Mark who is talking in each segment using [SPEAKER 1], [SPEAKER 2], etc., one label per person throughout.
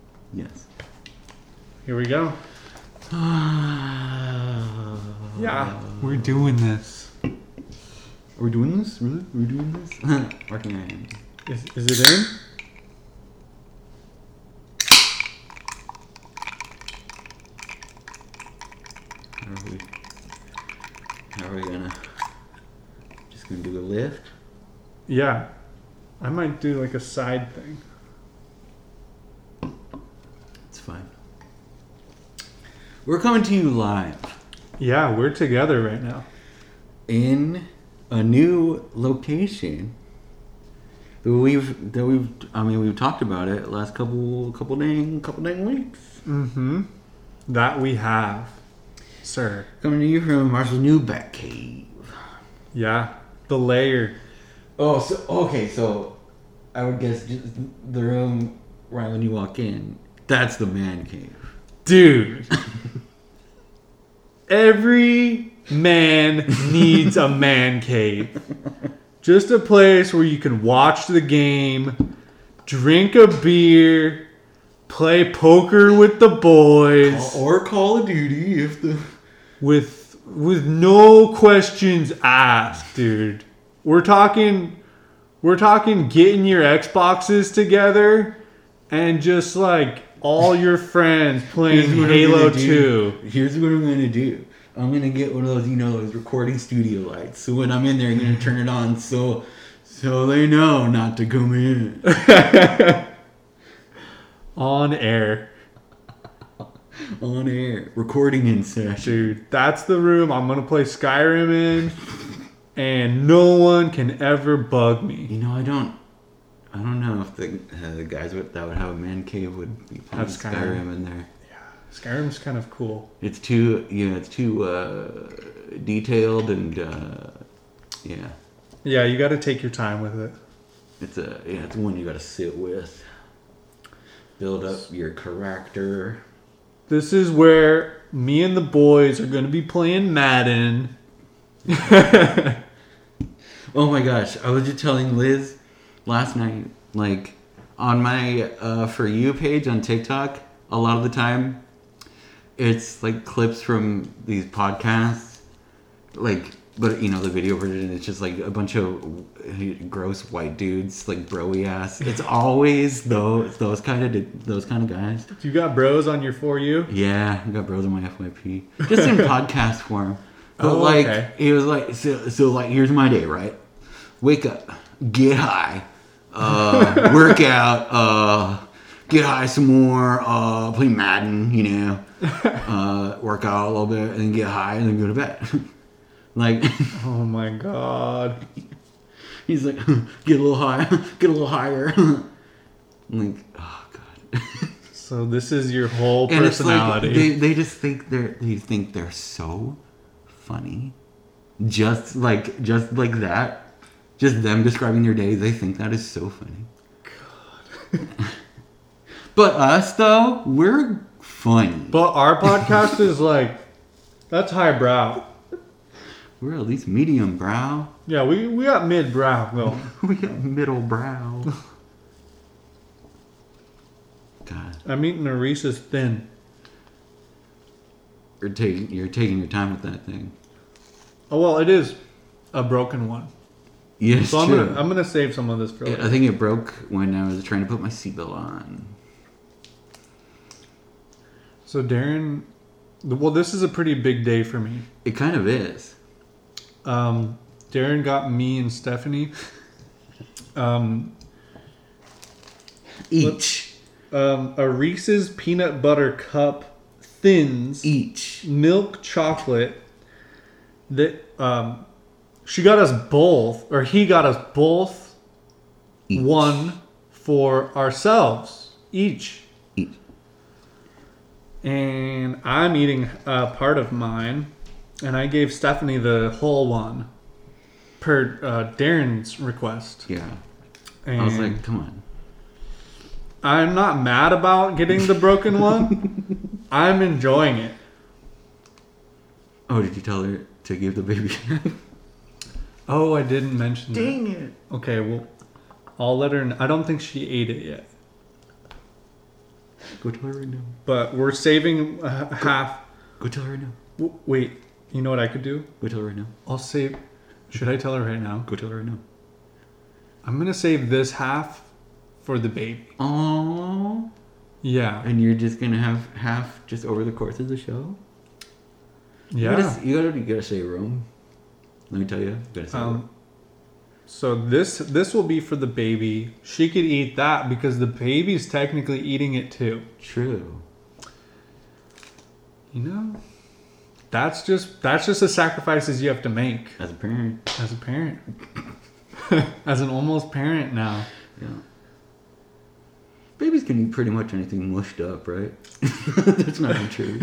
[SPEAKER 1] Yes.
[SPEAKER 2] Here we go.
[SPEAKER 1] yeah.
[SPEAKER 3] We're doing this.
[SPEAKER 1] Are we doing this? Really? Are we doing this? Working I am.
[SPEAKER 2] Is, is it in?
[SPEAKER 1] How are we? How are we gonna? Just gonna do a lift.
[SPEAKER 2] Yeah. I might do like a side thing.
[SPEAKER 1] It's fine. We're coming to you live
[SPEAKER 2] Yeah, we're together right now.
[SPEAKER 1] in a new location. that We've that we've I mean we've talked about it last couple couple dang couple dang weeks.
[SPEAKER 2] Mm-hmm. That we have. Sir.
[SPEAKER 1] Coming to you from Marshall's new back cave.
[SPEAKER 2] Yeah. The layer.
[SPEAKER 1] Oh, so okay, so I would guess just the room right when you walk in. That's the man cave.
[SPEAKER 2] Dude. Every man needs a man cave. Just a place where you can watch the game, drink a beer, play poker with the boys.
[SPEAKER 1] Or Call of Duty if the
[SPEAKER 2] with with no questions asked, dude. We're talking we're talking getting your Xboxes together and just like all your friends playing
[SPEAKER 1] Here's what I'm
[SPEAKER 2] Halo
[SPEAKER 1] gonna do.
[SPEAKER 2] 2.
[SPEAKER 1] Here's what I'm gonna do. I'm gonna get one of those, you know, those recording studio lights. So when I'm in there, I'm gonna turn it on so so they know not to come in.
[SPEAKER 2] On air.
[SPEAKER 1] on air, recording in session.
[SPEAKER 2] Dude, that's the room I'm going to play Skyrim in and no one can ever bug me.
[SPEAKER 1] You know, I don't, I don't know if the uh, the guys would, that would have a man cave would be playing
[SPEAKER 2] Have Skyrim.
[SPEAKER 1] Skyrim in there.
[SPEAKER 2] Skyrim's kind of cool.
[SPEAKER 1] It's too, you know, it's too uh, detailed and uh, yeah,
[SPEAKER 2] Yeah, you got to take your time with it.
[SPEAKER 1] it's a yeah, it's one you got to sit with, build up your character.
[SPEAKER 2] This is where me and the boys are going to be playing Madden.
[SPEAKER 1] Oh my gosh, I was just telling Liz last night, like on my uh, for you page on TikTok, a lot of the time, it's like clips from these podcasts, like but you know the video version is just like a bunch of gross white dudes, like broy ass. It's always those those kind of those kind of guys.
[SPEAKER 2] You got bros on your for you?
[SPEAKER 1] Yeah, I got bros on my FYP. Just in podcast form. But
[SPEAKER 2] Oh,
[SPEAKER 1] like
[SPEAKER 2] okay.
[SPEAKER 1] it was like so, so like here's my day, right? Wake up, get high, uh work out, uh get high some more, uh play Madden, you know. Uh work out a little bit and then get high and then go to bed. like
[SPEAKER 2] Oh my god.
[SPEAKER 1] he's like get a little high, get a little higher. I'm like, oh god.
[SPEAKER 2] So this is your whole
[SPEAKER 1] and it's like
[SPEAKER 2] personality.
[SPEAKER 1] they, they just think they're they think they're so funny just like just like that just them describing their day they think that is so funny but us though we're funny
[SPEAKER 2] but our podcast is like that's highbrow.
[SPEAKER 1] we're at least medium brow
[SPEAKER 2] Yeah, we we got mid brow going.
[SPEAKER 1] we got middle brow god
[SPEAKER 2] I'm eating a Reese's thin.
[SPEAKER 1] you're taking you're taking your time with that thing
[SPEAKER 2] Oh well, it is a broken one.
[SPEAKER 1] yes
[SPEAKER 2] So I'm
[SPEAKER 1] true.
[SPEAKER 2] gonna I'm gonna save some of this for
[SPEAKER 1] I
[SPEAKER 2] later.
[SPEAKER 1] think it broke when I was trying to put my seatbelt on.
[SPEAKER 2] So Darren, well, this is a pretty big day for me.
[SPEAKER 1] It kind of is.
[SPEAKER 2] Um, Darren got me and Stephanie. Um,
[SPEAKER 1] Each.
[SPEAKER 2] um, a Reese's peanut butter cup thins.
[SPEAKER 1] Each.
[SPEAKER 2] milk chocolate that um, she got us both, or he got us both
[SPEAKER 1] Each.
[SPEAKER 2] one for ourselves each.
[SPEAKER 1] Each.
[SPEAKER 2] And I'm eating uh, part of mine, and I gave Stephanie the whole one per uh, Darren's request.
[SPEAKER 1] Yeah.
[SPEAKER 2] And
[SPEAKER 1] I was like, come on.
[SPEAKER 2] I'm not mad about getting the broken one. I'm enjoying it.
[SPEAKER 1] Oh, did you tell her to give the baby?
[SPEAKER 2] Oh, I didn't mention that.
[SPEAKER 1] it.
[SPEAKER 2] Okay, well, I'll let her. Know. I don't think she ate it yet.
[SPEAKER 1] Go tell her right now.
[SPEAKER 2] But we're saving uh, half.
[SPEAKER 1] Go tell her right now.
[SPEAKER 2] W- wait, you know what I could do?
[SPEAKER 1] Go tell her right now.
[SPEAKER 2] I'll save. Should I tell her right now?
[SPEAKER 1] Go tell her right now.
[SPEAKER 2] I'm gonna save this half for the baby.
[SPEAKER 1] Oh.
[SPEAKER 2] Yeah.
[SPEAKER 1] And you're just gonna have half just over the course of the show. You
[SPEAKER 2] Yeah.
[SPEAKER 1] gotta, you gotta, you gotta save room. Let me tell you, you gotta save room.
[SPEAKER 2] Um, so this this will be for the baby. She could eat that because the baby's technically eating it too.
[SPEAKER 1] True.
[SPEAKER 2] You know, that's just that's just the sacrifices you have to make
[SPEAKER 1] As a parent,
[SPEAKER 2] as a parent, as an almost parent now.
[SPEAKER 1] yeah. Babies can eat pretty much anything mushed up, right? That's not true.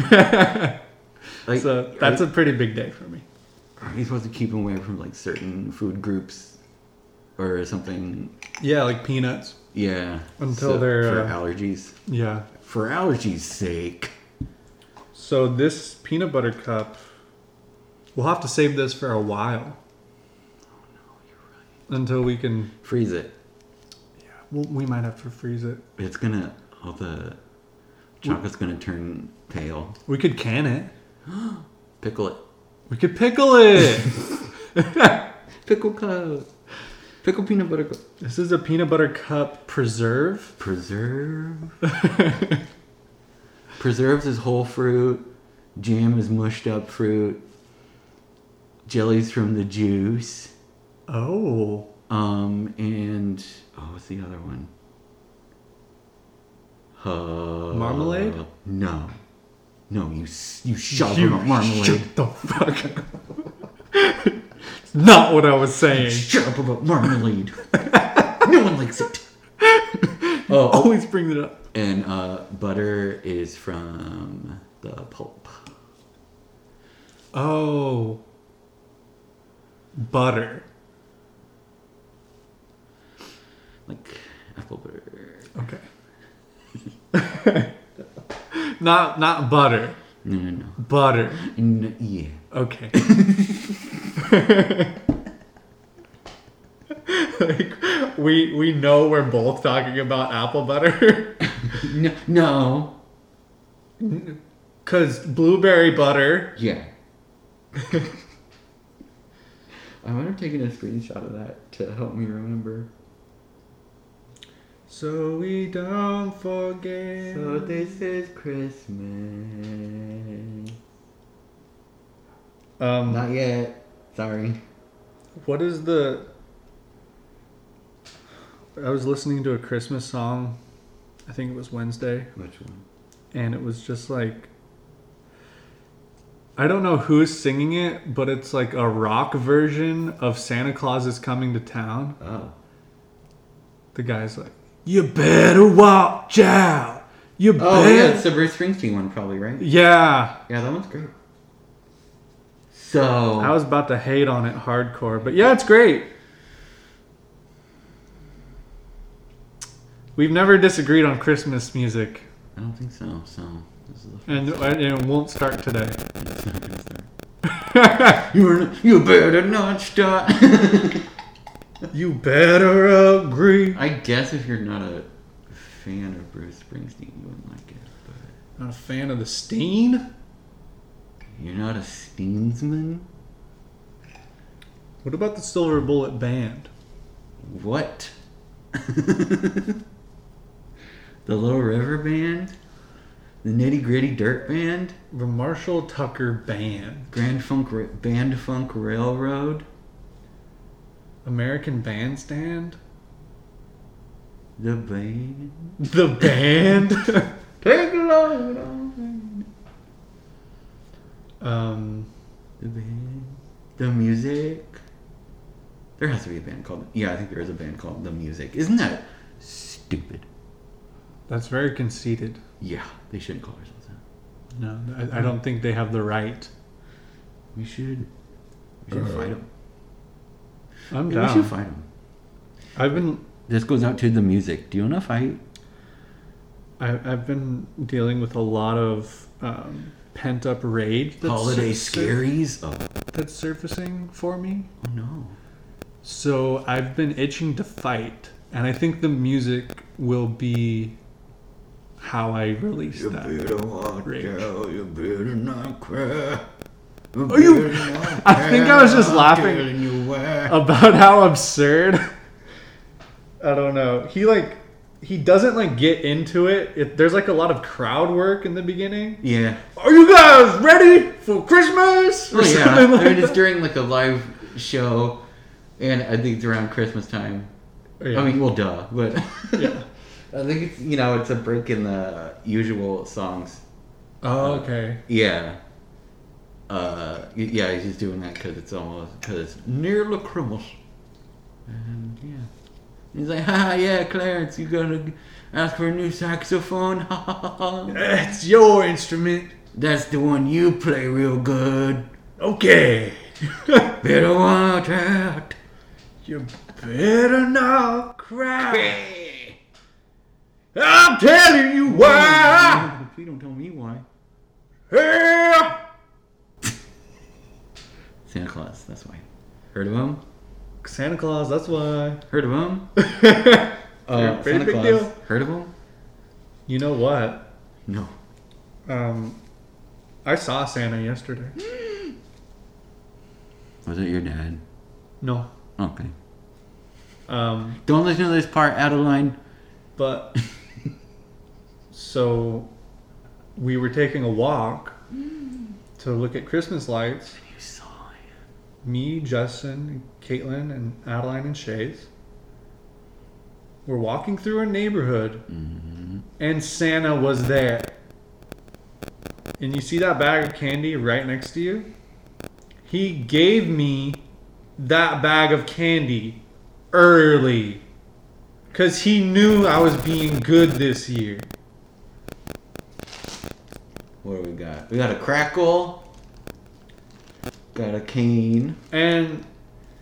[SPEAKER 1] like,
[SPEAKER 2] So that's a pretty big day for me.
[SPEAKER 1] are you supposed to keep them away from like certain food groups or something?
[SPEAKER 2] Yeah, like peanuts.
[SPEAKER 1] Yeah.
[SPEAKER 2] Until they're,
[SPEAKER 1] for
[SPEAKER 2] uh,
[SPEAKER 1] allergies.
[SPEAKER 2] Yeah.
[SPEAKER 1] For allergies' sake.
[SPEAKER 2] So this peanut butter cup, we'll have to save this for a while. Until we can,
[SPEAKER 1] Freeze it.
[SPEAKER 2] well, we might have to freeze it.
[SPEAKER 1] It's gonna all the chocolate's gonna turn pale.
[SPEAKER 2] We could can it.
[SPEAKER 1] Pickle it.
[SPEAKER 2] We could pickle it.
[SPEAKER 1] Pickle cup. Pickle peanut butter cup.
[SPEAKER 2] this is a peanut butter cup preserve.
[SPEAKER 1] Preserve. Preserves is whole fruit. Jam is mushed up fruit. Jelly's from the juice.
[SPEAKER 2] Oh,
[SPEAKER 1] Um and oh, what's the other one? Uh,
[SPEAKER 2] Marmalade?
[SPEAKER 1] No, no, you s- you shove them up marmalade.
[SPEAKER 2] Shut the fuck. up. It's Not what I was saying.
[SPEAKER 1] Shut up about marmalade. no one likes it. Oh,
[SPEAKER 2] Always bring it up.
[SPEAKER 1] And uh, butter is from the pulp.
[SPEAKER 2] Oh, butter.
[SPEAKER 1] Like apple butter.
[SPEAKER 2] Okay. not not butter.
[SPEAKER 1] No, no, no.
[SPEAKER 2] Butter.
[SPEAKER 1] N- yeah.
[SPEAKER 2] Okay. like we we know we're both talking about apple butter
[SPEAKER 1] No, no.
[SPEAKER 2] cuz blueberry butter.
[SPEAKER 1] Yeah. I might have taken a screenshot of that to help me remember.
[SPEAKER 2] So we don't forget.
[SPEAKER 1] So this is Christmas.
[SPEAKER 2] um
[SPEAKER 1] Not yet. Sorry.
[SPEAKER 2] What is the? I was listening to a Christmas song. I think it was Wednesday,
[SPEAKER 1] Which one?
[SPEAKER 2] and it was just like. I don't know who's singing it, but it's like a rock version of Santa Claus is Coming to Town.
[SPEAKER 1] Oh.
[SPEAKER 2] The guy's like, "You better watch out. You
[SPEAKER 1] Oh yeah, it's
[SPEAKER 2] better."
[SPEAKER 1] the Bruce Springsteen one probably, right?
[SPEAKER 2] yeah.
[SPEAKER 1] Yeah, that one's great. So
[SPEAKER 2] I was about to hate on it hardcore, but yeah, it's great. We've never disagreed on Christmas music,
[SPEAKER 1] I don't think so. So this is the
[SPEAKER 2] and, and it won't start today.
[SPEAKER 1] It's not gonna start. You're n- you better not start.
[SPEAKER 2] You better agree.
[SPEAKER 1] I guess if you're not a fan of Bruce Springsteen, you wouldn't like it. But
[SPEAKER 2] Not a fan of the Steen.
[SPEAKER 1] you're not a Steensman.
[SPEAKER 2] What about the Silver Bullet Band?
[SPEAKER 1] What? the Low River Band, the Nitty Gritty Dirt Band,
[SPEAKER 2] The Marshall Tucker Band,
[SPEAKER 1] Grand Funk Ra- Band Funk Railroad,
[SPEAKER 2] American Bandstand,
[SPEAKER 1] the band.
[SPEAKER 2] the band.
[SPEAKER 1] Take a load on
[SPEAKER 2] um,
[SPEAKER 1] The band. The music. There has to be a band called. Yeah, I think there is a band called The Music. Isn't that stupid?
[SPEAKER 2] that's very conceited.
[SPEAKER 1] Yeah, they shouldn't call ourselves that.
[SPEAKER 2] No, I, I don't think they have the right.
[SPEAKER 1] We should. We should fight them.
[SPEAKER 2] I'm
[SPEAKER 1] we should
[SPEAKER 2] down.
[SPEAKER 1] fight them.
[SPEAKER 2] I've been
[SPEAKER 1] This goes out to The Music. Do you want to fight?
[SPEAKER 2] I, I've been dealing with a lot of um, pent up rage.
[SPEAKER 1] Holiday
[SPEAKER 2] sur-
[SPEAKER 1] scaries? Oh,
[SPEAKER 2] That's surfacing for me.
[SPEAKER 1] oh no.
[SPEAKER 2] So I've been itching to fight, and I think the music will be how I release
[SPEAKER 3] You
[SPEAKER 2] that.
[SPEAKER 3] better watch
[SPEAKER 2] Rage.
[SPEAKER 3] out. You better not cry. You
[SPEAKER 2] you-
[SPEAKER 3] better not
[SPEAKER 2] I think I was just
[SPEAKER 3] cry,
[SPEAKER 2] laughing.
[SPEAKER 3] getting you wet.
[SPEAKER 1] Oh,
[SPEAKER 2] about how absurd. I don't know. He like he doesn't like get into it. it. There's like a lot of crowd work in the beginning.
[SPEAKER 1] Yeah.
[SPEAKER 2] Are you guys ready for Christmas? Or
[SPEAKER 1] Well, Oh, yeah.
[SPEAKER 2] something like
[SPEAKER 1] I mean, it's
[SPEAKER 2] that.
[SPEAKER 1] during like a live show, and I think it's around Christmas time.
[SPEAKER 2] Yeah.
[SPEAKER 1] I mean, well, duh, but
[SPEAKER 2] Yeah.
[SPEAKER 1] I think it's you know it's a break in the usual songs.
[SPEAKER 2] oh okay.
[SPEAKER 1] Yeah. Uh, y- yeah, he's just doing that because it's almost because it's nearly Christmas. And yeah, he's like, ha, yeah, Clarence, you gotta ask for a new saxophone. Ha, ha, ha, ha.
[SPEAKER 2] It's your instrument.
[SPEAKER 1] That's the one you play real good.
[SPEAKER 2] Okay.
[SPEAKER 1] Better watch out.
[SPEAKER 2] you better not cry. I'm telling you why.
[SPEAKER 1] If you don't tell me why.
[SPEAKER 2] Help.
[SPEAKER 1] Santa Claus, that's why. Heard of him?
[SPEAKER 2] Santa Claus. That's why.
[SPEAKER 1] Heard of him? Uh,
[SPEAKER 2] Pretty
[SPEAKER 1] Santa
[SPEAKER 2] big
[SPEAKER 1] Claus.
[SPEAKER 2] deal.
[SPEAKER 1] Heard of him?
[SPEAKER 2] You know what?
[SPEAKER 1] No.
[SPEAKER 2] Um, I saw Santa yesterday.
[SPEAKER 1] Was it your dad?
[SPEAKER 2] No.
[SPEAKER 1] Okay.
[SPEAKER 2] Um,
[SPEAKER 1] Don't listen to this part, Adeline.
[SPEAKER 2] but so we were taking a walk to look at Christmas lights.
[SPEAKER 1] You saw it.
[SPEAKER 2] Me, Justin, Caitlin, and Adeline and Shays. We're walking through a neighborhood,
[SPEAKER 1] Mm-hmm.
[SPEAKER 2] and Santa was there. And you see that bag of candy right next to you? He gave me that bag of candy early. Because he knew I was being good this year.
[SPEAKER 1] What do we got? We got a crackle. Got a cane.
[SPEAKER 2] And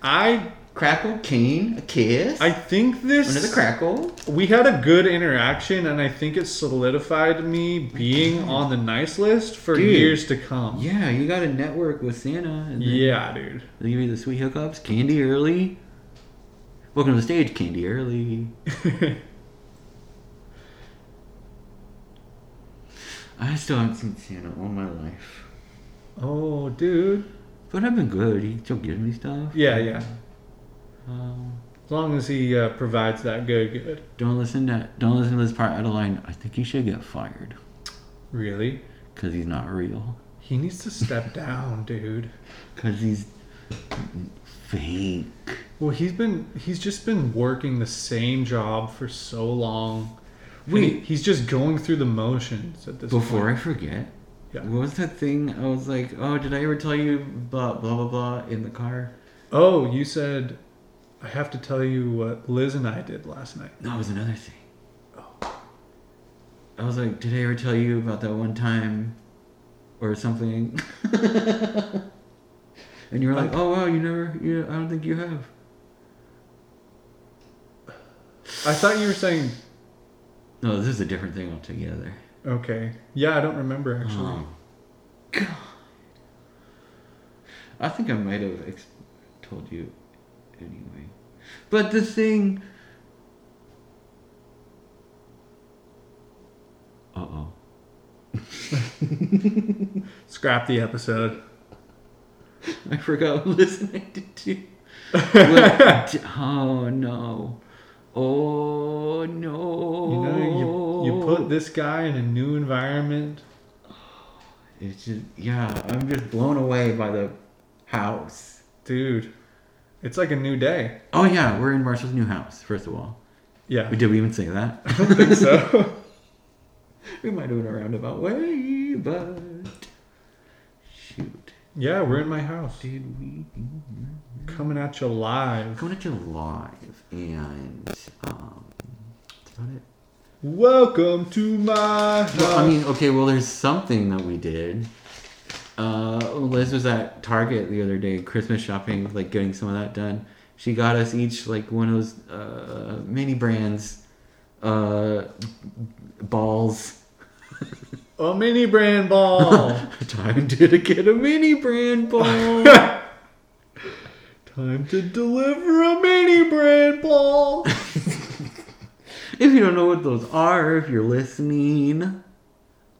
[SPEAKER 2] I
[SPEAKER 1] Crackle, cane, a kiss.
[SPEAKER 2] I think this
[SPEAKER 1] Under the crackle.
[SPEAKER 2] we had a good interaction and I think it solidified me being on the nice list for
[SPEAKER 1] Dude.
[SPEAKER 2] years to come. Yeah.
[SPEAKER 1] Yeah, you got to network with Santa. And then
[SPEAKER 2] dude.
[SPEAKER 1] They give you the sweet hookups. Candy early. Welcome to the stage, Candy early. I still haven't seen Santa all my life.
[SPEAKER 2] oh, dude.
[SPEAKER 1] But I've been good. He still gives me stuff.
[SPEAKER 2] Yeah, yeah.
[SPEAKER 1] Um,
[SPEAKER 2] As long as he uh, provides that good, good.
[SPEAKER 1] don't listen to don't listen to this part out of line. I think he should get fired
[SPEAKER 2] Really?
[SPEAKER 1] because he's not real.
[SPEAKER 2] He needs to step down, dude.
[SPEAKER 1] Because he's fake.
[SPEAKER 2] Well, he's been he's just been working the same job for so long. And
[SPEAKER 1] Wait.
[SPEAKER 2] he- he's just going through the motions at this
[SPEAKER 1] Before
[SPEAKER 2] point.
[SPEAKER 1] I forget,
[SPEAKER 2] Yeah.
[SPEAKER 1] what was that thing? I was like, oh, did I ever tell you blah blah blah blah in the car?
[SPEAKER 2] Oh, you said I have to tell you what Liz and I did last night.
[SPEAKER 1] That was another thing. I was like, did I ever tell you about that one time or something? and you were like, oh, wow, you never, you, I don't think you have.
[SPEAKER 2] I thought you were saying
[SPEAKER 1] No, this is a different thing altogether.
[SPEAKER 2] Okay. Yeah, I don't remember actually.
[SPEAKER 1] Um, God. I think I might have ex- told you anyway. But the thing. Uh oh.
[SPEAKER 2] Scrap the episode.
[SPEAKER 1] I forgot what listening to. do. What- oh no. Oh no.
[SPEAKER 2] You know, you, you put this guy in a new environment.
[SPEAKER 1] It's just, yeah, I'm just blown away by the house.
[SPEAKER 2] Dude, it's like a new day.
[SPEAKER 1] Oh yeah, we're in Marshall's new house, first of all.
[SPEAKER 2] Yeah.
[SPEAKER 1] Did we even say that?
[SPEAKER 2] I don't think so.
[SPEAKER 1] we might have in a roundabout way, but. Shoot.
[SPEAKER 2] yeah, we're in my house.
[SPEAKER 1] Did we.
[SPEAKER 2] Coming at you live.
[SPEAKER 1] Coming at you live, and. Um, that's about it.
[SPEAKER 2] Welcome to my house.
[SPEAKER 1] Well, I mean, okay, well, there's something that we did. Uh, Liz was at Target the other day, Christmas shopping, like getting some of that done. She got us each like one of those uh, mini brands uh, balls.
[SPEAKER 2] a mini brand ball.
[SPEAKER 1] Time to get a mini brand ball.
[SPEAKER 2] Time to deliver a mini brand ball.
[SPEAKER 1] If you don't know what those are, if you're listening,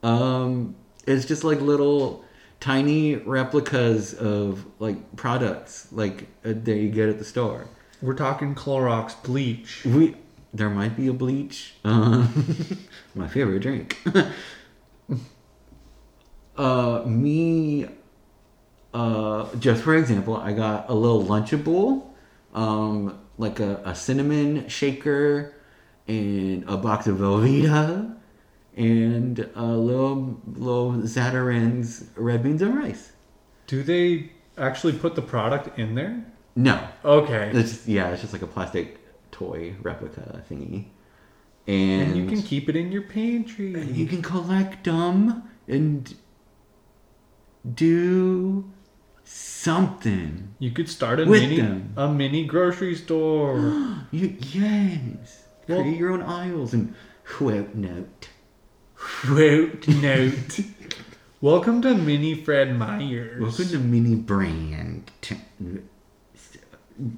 [SPEAKER 1] um, it's just like little tiny replicas of like products like uh, that you get at the store.
[SPEAKER 2] We're talking Clorox bleach.
[SPEAKER 1] We there might be a bleach. Um, my favorite drink. uh, me. Uh, just for example, I got a little lunchable, um, like a, a cinnamon shaker, and a box of Velveeta, and a little little Zatarain's red beans and rice.
[SPEAKER 2] Do they actually put the product in there?
[SPEAKER 1] No,
[SPEAKER 2] Okay.
[SPEAKER 1] it's just, yeah, it's just like a plastic toy replica thingy, and,
[SPEAKER 2] And you can keep it in your pantry.
[SPEAKER 1] you can collect them and do something.
[SPEAKER 2] You could start a
[SPEAKER 1] With
[SPEAKER 2] mini
[SPEAKER 1] them.
[SPEAKER 2] a mini grocery store.
[SPEAKER 1] You yes,
[SPEAKER 2] Well-
[SPEAKER 1] create your own aisles and quote note.
[SPEAKER 2] Quote note. Welcome to Mini Fred Myers.
[SPEAKER 1] Welcome to mini brand t-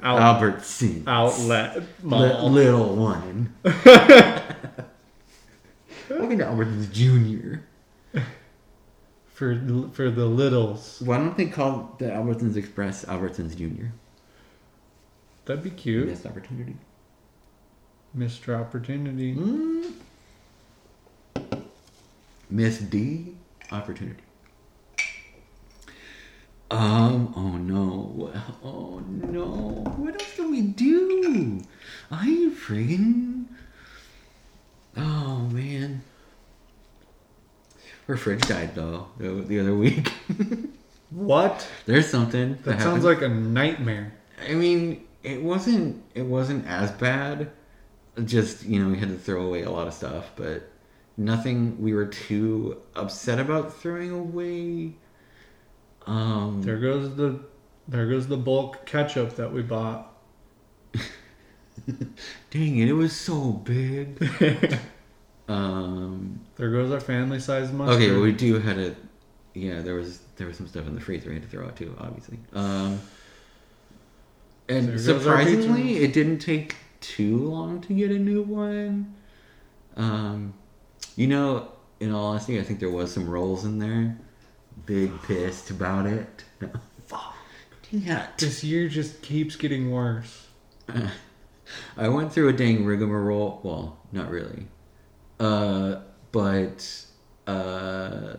[SPEAKER 2] Out-
[SPEAKER 1] Albertsons
[SPEAKER 2] outlet
[SPEAKER 1] Li-
[SPEAKER 2] mall.
[SPEAKER 1] little one. Welcome to Albertsons Junior.
[SPEAKER 2] for for the littles.
[SPEAKER 1] Why don't they call the Albertsons Express Albertsons Junior?
[SPEAKER 2] That'd be cute.
[SPEAKER 1] Missed opportunity.
[SPEAKER 2] Mr. Opportunity.
[SPEAKER 1] Mm. Miss D opportunity. Um. Oh no. Oh no. What else do we do? I friggin'. Oh man. Her fridge died though the, the other week.
[SPEAKER 2] What?
[SPEAKER 1] There's something that,
[SPEAKER 2] That sounds like a nightmare.
[SPEAKER 1] I mean, it wasn't it wasn't as bad. Just you know, we had to throw away a lot of stuff, but nothing we were too upset about throwing away. Um,
[SPEAKER 2] There goes the there goes the bulk ketchup that we bought.
[SPEAKER 1] dang it, it was so big.
[SPEAKER 2] there
[SPEAKER 1] Um,
[SPEAKER 2] goes our family size mustard.
[SPEAKER 1] okay, well, we do had a yeah. There was there was some stuff in the freezer we had to throw out too, obviously. Um,
[SPEAKER 2] There
[SPEAKER 1] and
[SPEAKER 2] goes our
[SPEAKER 1] surprisingly,
[SPEAKER 2] pizza.
[SPEAKER 1] it didn't take too long to get a new one. Um, you know, in all honesty, I think there was some rolls in there. Big pissed about it. Fuck. Dang it.
[SPEAKER 2] This year just keeps getting worse.
[SPEAKER 1] I went through a dang rigmarole. Well, not really. Uh, but uh,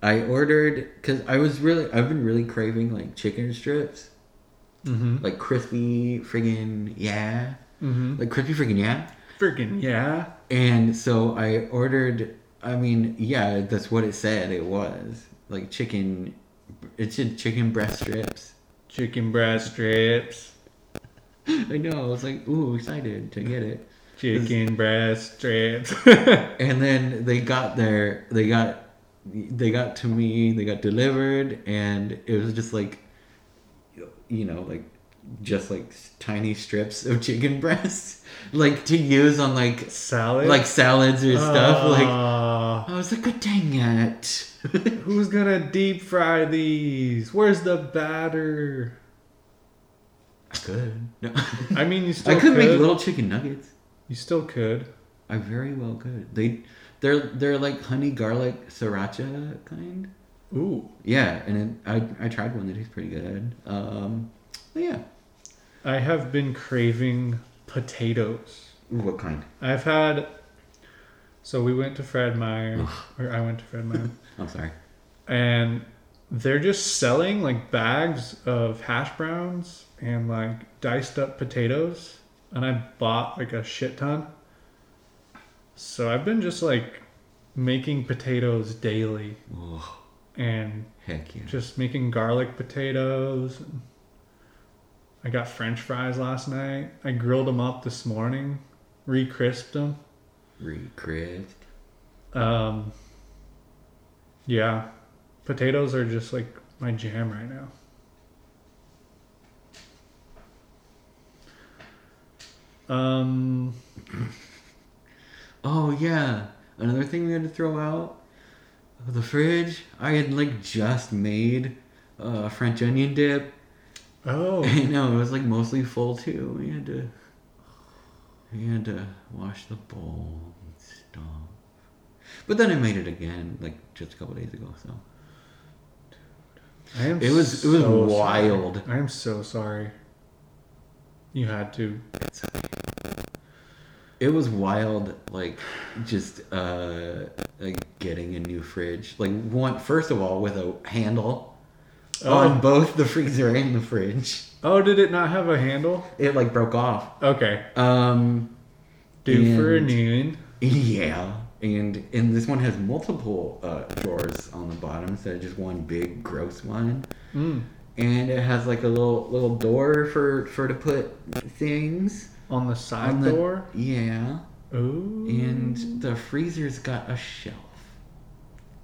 [SPEAKER 1] I ordered because I was really I've been really craving like chicken strips,
[SPEAKER 2] Mm-hmm.
[SPEAKER 1] like crispy friggin' yeah,
[SPEAKER 2] Mm-hmm.
[SPEAKER 1] like crispy friggin' yeah.
[SPEAKER 2] Freaking yeah.
[SPEAKER 1] And so I ordered. I mean, yeah, that's what it said. It was like chicken. It said chicken breast strips.
[SPEAKER 2] Chicken breast strips.
[SPEAKER 1] I know. I was like, ooh, excited to get it.
[SPEAKER 2] Chicken breast strips.
[SPEAKER 1] and then they got there they got they got to me they got delivered and it was just like you know like just like tiny strips of chicken breasts like to use on like
[SPEAKER 2] Salad.
[SPEAKER 1] like salads or
[SPEAKER 2] Uh.
[SPEAKER 1] stuff like
[SPEAKER 2] Ah,
[SPEAKER 1] i was like "God dang it
[SPEAKER 2] who's gonna deep fry these? Where's the batter?
[SPEAKER 1] i could no.
[SPEAKER 2] I mean, you still
[SPEAKER 1] i
[SPEAKER 2] could,
[SPEAKER 1] could make little chicken nuggets
[SPEAKER 2] You still could.
[SPEAKER 1] i very well could they they're they're like honey garlic sriracha kind
[SPEAKER 2] Ooh.
[SPEAKER 1] Yeah, and it, I I tried one that tastes pretty good. Um, but yeah,
[SPEAKER 2] I have been craving potatoes.
[SPEAKER 1] Ooh, what kind?
[SPEAKER 2] I've had. So we went to Fred Meyer, or I went to Fred Meyer,
[SPEAKER 1] I'm sorry.
[SPEAKER 2] and they're just selling like bags of hash browns and like diced up potatoes. And I bought like a shit ton. So I've been just like making potatoes daily
[SPEAKER 1] Oh,
[SPEAKER 2] and
[SPEAKER 1] heck yeah.
[SPEAKER 2] just making garlic potatoes. I got French fries last night. I grilled them up this morning, re-crisped them.
[SPEAKER 1] Recrit.
[SPEAKER 2] Um, yeah, potatoes are just like my jam right now. Um,
[SPEAKER 1] Oh yeah, another thing we had to throw out the fridge. I had like just made uh, French onion dip.
[SPEAKER 2] oh,
[SPEAKER 1] I know it was like mostly full too. We had to We had to wash the bowl and stuff. But then I made it again, like just a couple days ago. So
[SPEAKER 2] I am
[SPEAKER 1] It was- it was
[SPEAKER 2] so
[SPEAKER 1] wild.
[SPEAKER 2] sorry. I am so sorry. You had to.
[SPEAKER 1] it was wild, like just uh, like getting a new fridge. Like one, first of all, with a handle on both the freezer and the fridge.
[SPEAKER 2] Oh, did it not have a handle?
[SPEAKER 1] It like broke off.
[SPEAKER 2] Okay.
[SPEAKER 1] Um,
[SPEAKER 2] Due for a
[SPEAKER 1] And-
[SPEAKER 2] noon.
[SPEAKER 1] yeah. And and this one has multiple uh, drawers on the bottom instead of just one big gross one.
[SPEAKER 2] Mm.
[SPEAKER 1] and it has like a little little door for for to put things
[SPEAKER 2] On the side
[SPEAKER 1] on the
[SPEAKER 2] door.
[SPEAKER 1] yeah
[SPEAKER 2] Ooh.
[SPEAKER 1] and the freezer's got a shelf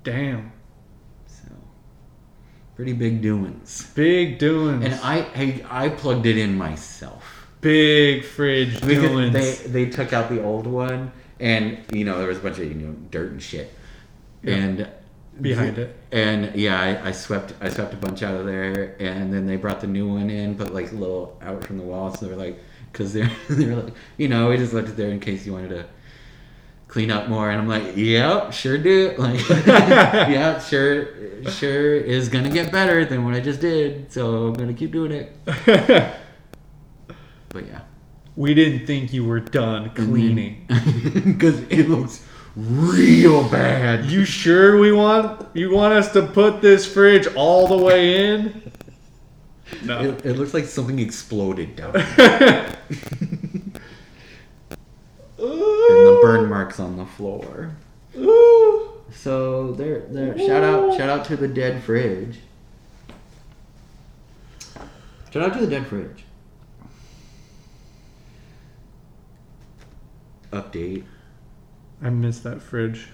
[SPEAKER 2] damn.
[SPEAKER 1] so pretty big doings
[SPEAKER 2] Big doings.
[SPEAKER 1] and i i, I plugged it in myself
[SPEAKER 2] Big fridge
[SPEAKER 1] because
[SPEAKER 2] doings.
[SPEAKER 1] they they took out the old one and you know there was a bunch of you know dirt and shit
[SPEAKER 2] Yeah.
[SPEAKER 1] and
[SPEAKER 2] Behind it.
[SPEAKER 1] and yeah I, I swept i swept a bunch out of there and then they brought the new one in but like a little out from the wall so they're like because they're they're like you know we just left it there in case you wanted to clean up more and i'm like yep sure do like yeah sure sure is gonna get better than what i just did so i'm gonna keep doing it but yeah
[SPEAKER 2] we didn't think you were done
[SPEAKER 1] Mm-hmm.
[SPEAKER 2] cleaning.
[SPEAKER 1] because it looks real bad.
[SPEAKER 2] You sure we want you want us to put this fridge all the way in? No.
[SPEAKER 1] It, it looks like something exploded down there. and the burn marks on the floor.
[SPEAKER 2] Ooh.
[SPEAKER 1] So there, there. Shout out, shout out to the dead fridge. Shout out to the dead fridge. Update.
[SPEAKER 2] I miss that fridge.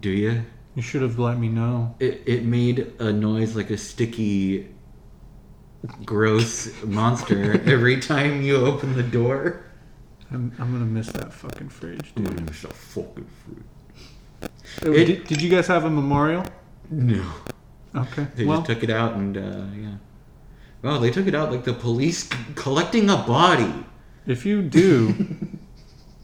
[SPEAKER 1] Do you?
[SPEAKER 2] You should have let me know.
[SPEAKER 1] It, it made a noise like a sticky, gross monster every time you open the door.
[SPEAKER 2] I'm, I'm gonna miss that fucking fridge, dude.
[SPEAKER 1] Dude, it was a fucking fruit.
[SPEAKER 2] It- did, did you guys have a memorial?
[SPEAKER 1] No.
[SPEAKER 2] Okay.
[SPEAKER 1] They
[SPEAKER 2] well,
[SPEAKER 1] just took it out and, uh, yeah. Well, they took it out like the police c- collecting a body.
[SPEAKER 2] if you do,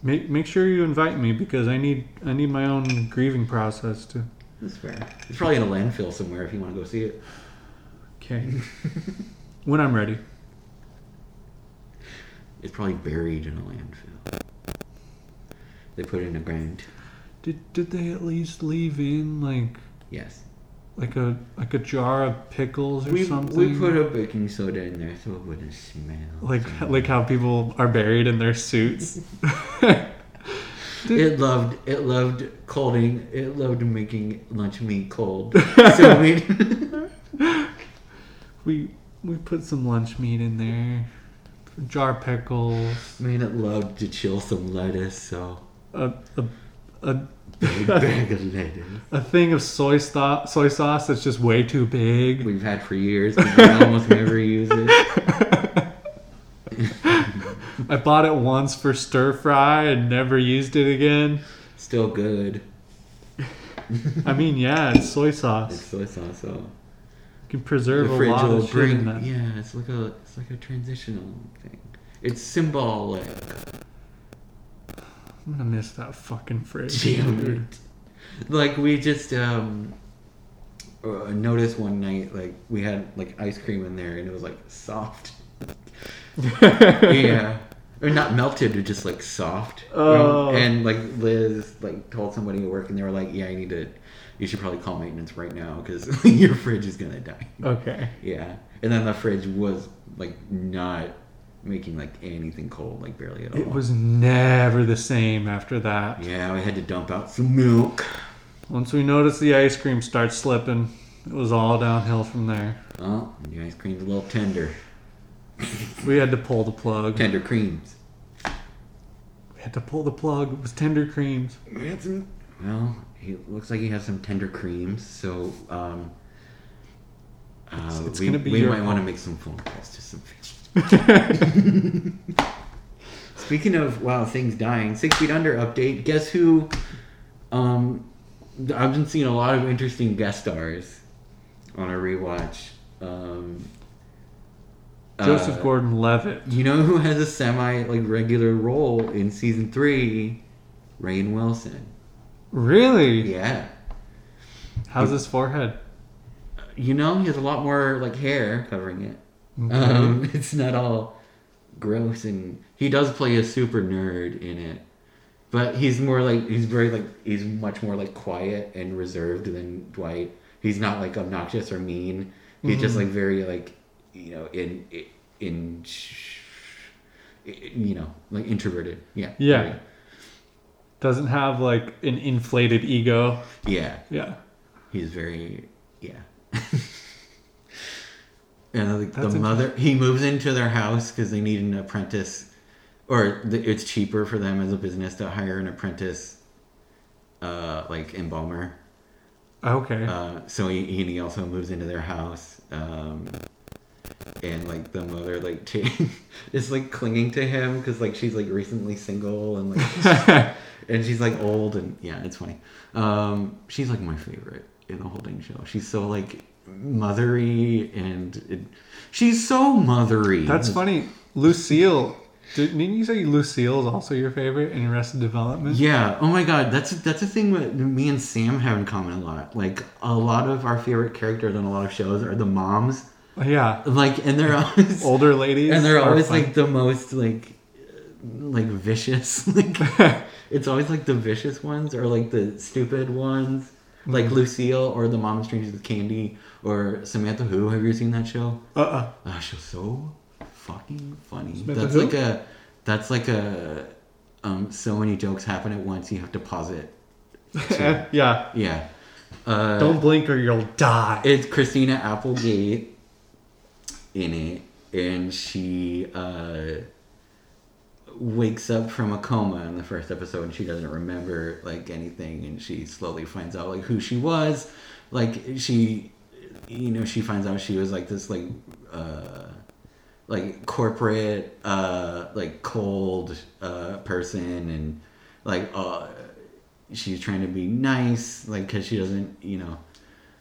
[SPEAKER 2] make make sure you invite me because I need I need my own grieving process to.
[SPEAKER 1] That's fair. It's probably in a landfill somewhere if you want to go see it.
[SPEAKER 2] Okay. when I'm ready.
[SPEAKER 1] It's probably buried in a landfill. They put it in a ground.
[SPEAKER 2] Did did they at least leave in like
[SPEAKER 1] Yes.
[SPEAKER 2] like a like a jar of pickles or
[SPEAKER 1] We,
[SPEAKER 2] something?
[SPEAKER 1] we put a baking soda in there so it wouldn't smell.
[SPEAKER 2] like like how people are buried in their suits.
[SPEAKER 1] It loved it loved colding it loved making lunch meat cold. so we
[SPEAKER 2] we we put some lunch meat in there, a jar of pickles,
[SPEAKER 1] I mean it loved to chill some lettuce, so
[SPEAKER 2] a a a,
[SPEAKER 1] big bag of lettuce.
[SPEAKER 2] a thing of soy sto- soy sauce that's just way too big.
[SPEAKER 1] we've had for years. but We almost never use it.
[SPEAKER 2] I bought it once for stir fry and never used it again.
[SPEAKER 1] Still good.
[SPEAKER 2] I mean, yeah, it's soy sauce.
[SPEAKER 1] It's soy sauce. So
[SPEAKER 2] You can preserve a lot of shit in that.
[SPEAKER 1] Yeah, it's like a it's like a transitional thing. It's symbolic.
[SPEAKER 2] I'm gonna miss that fucking fridge.
[SPEAKER 1] Damn
[SPEAKER 2] dude.
[SPEAKER 1] it. Like we just um uh, noticed one night like we had like ice cream in there and it was like soft. yeah. Or not melted, it just like soft.
[SPEAKER 2] Oh.
[SPEAKER 1] And like Liz like told somebody at work, and they were like, "Yeah, I need to. You should probably call maintenance right now because your fridge is gonna die."
[SPEAKER 2] Okay.
[SPEAKER 1] Yeah. And then the fridge was like not making like anything cold, like barely at all.
[SPEAKER 2] It was never the same after that.
[SPEAKER 1] Yeah, we had to dump out some milk.
[SPEAKER 2] Once we noticed the ice cream start slipping, it was all downhill from there.
[SPEAKER 1] Oh, the ice cream's a little tender.
[SPEAKER 2] We had to pull the plug.
[SPEAKER 1] Tender creams.
[SPEAKER 2] We had to pull the plug. It was tender creams.
[SPEAKER 1] We had some. Well, he looks like he has some tender creams, so um. Uh,
[SPEAKER 2] it's
[SPEAKER 1] we
[SPEAKER 2] gonna be
[SPEAKER 1] we
[SPEAKER 2] your
[SPEAKER 1] might want to
[SPEAKER 2] fault.
[SPEAKER 1] make some phone calls to some people. Speaking of wow, things dying. Six feet under update. Guess who? Um, I've been seeing a lot of interesting guest stars on a rewatch. Um, uh,
[SPEAKER 2] Joseph
[SPEAKER 1] Uh,
[SPEAKER 2] Gordon-Levitt.
[SPEAKER 1] You know who has a semi like regular role in season three? Rain Wilson.
[SPEAKER 2] Really?
[SPEAKER 1] Yeah.
[SPEAKER 2] How's his forehead?
[SPEAKER 1] You know he has a lot more like hair covering it. Um, it's not all gross, and he does play a super nerd in it. But he's more like he's very like he's much more like quiet and reserved than Dwight. He's not like obnoxious or mean. He's just like very like you know in in, in you know like introverted. Yeah.
[SPEAKER 2] Yeah.
[SPEAKER 1] Right.
[SPEAKER 2] Doesn't have like an inflated ego.
[SPEAKER 1] Yeah.
[SPEAKER 2] Yeah.
[SPEAKER 1] He's very yeah. and like the
[SPEAKER 2] That's
[SPEAKER 1] mother, he moves into their house because they need an apprentice, or the, it's cheaper for them as a business to hire an apprentice, uh, like embalmer.
[SPEAKER 2] Okay.
[SPEAKER 1] Uh, so he, he- and he also moves into their house, um, and like the mother like t- is like clinging to him because like she's like recently single and like and she's like old and yeah it's funny um she's like my favorite in the whole dang show she's so like mothery and it, she's so mothery
[SPEAKER 2] That's funny. Lucille. Didn't you say Lucille's also your favorite in Arrested Development?
[SPEAKER 1] yeah oh my god that's that's a thing that me and sam have in common a lot like a lot of our favorite characters on a lot of shows are the moms
[SPEAKER 2] Oh, Yeah.
[SPEAKER 1] like and they're always
[SPEAKER 2] Older ladies.
[SPEAKER 1] and they're
[SPEAKER 2] are
[SPEAKER 1] always
[SPEAKER 2] fun.
[SPEAKER 1] like the most like uh, like vicious like it's always like the vicious ones or like the stupid ones
[SPEAKER 2] Mm-hmm.
[SPEAKER 1] like lucille or the mom of strangers with candy or samantha who have you seen that show
[SPEAKER 2] Uh-uh.
[SPEAKER 1] Ah, she's so fucking funny
[SPEAKER 2] Samantha
[SPEAKER 1] that's
[SPEAKER 2] Who?
[SPEAKER 1] like a that's like a um so many jokes happen at once you have to pause it
[SPEAKER 2] Eh, yeah.
[SPEAKER 1] yeah uh
[SPEAKER 2] Don't blink or you'll die.
[SPEAKER 1] it's Christina Applegate in it, and she uh, wakes up from a coma in the first episode, and she doesn't remember like anything, and she slowly finds out like who she was, like she, you know, she finds out she was like this like. Uh, like corporate uh like cold uh person and like uh she's trying to be nice like because she doesn't you know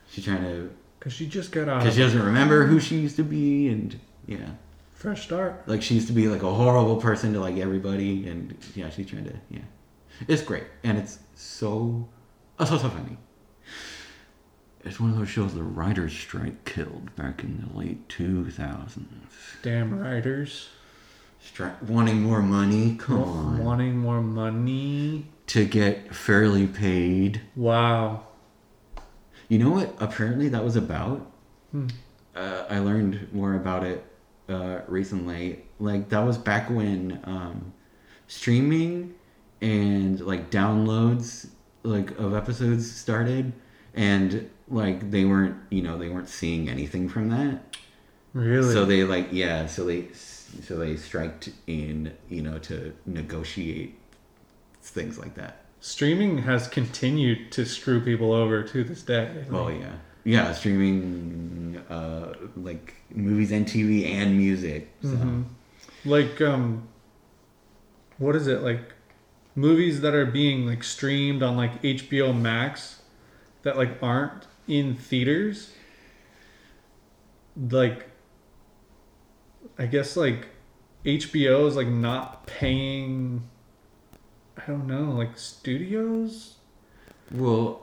[SPEAKER 1] she's trying to
[SPEAKER 2] Because she just got out
[SPEAKER 1] because she doesn't remember who she used to be and yeah
[SPEAKER 2] fresh start.
[SPEAKER 1] like she used to be like a horrible person to like everybody and yeah she's trying to yeah it's great and it's so oh, so so funny it's one of those shows the writers strike killed back in the late 2000s
[SPEAKER 2] Damn writers.
[SPEAKER 1] Stri- wanting more money come on
[SPEAKER 2] Wanting more money.
[SPEAKER 1] to get fairly paid
[SPEAKER 2] Wow.
[SPEAKER 1] You know what? Apparently, that was about. Uh, I learned more about it uh, recently. Like that was back when um, streaming and like downloads like of episodes started, and like they weren't you know they weren't seeing anything from that.
[SPEAKER 2] Really?
[SPEAKER 1] So they like yeah. So they so they striked in you know to negotiate things like that.
[SPEAKER 2] Streaming has continued to screw people over to this day.
[SPEAKER 1] Well, yeah, yeah, streaming uh, like movies and TV and music. So.
[SPEAKER 2] Mm-hmm. like um what is it like movies that are being like streamed on like HBO Max that like aren't in theaters like I guess like HBO is like not paying I don't know like studios
[SPEAKER 1] Well,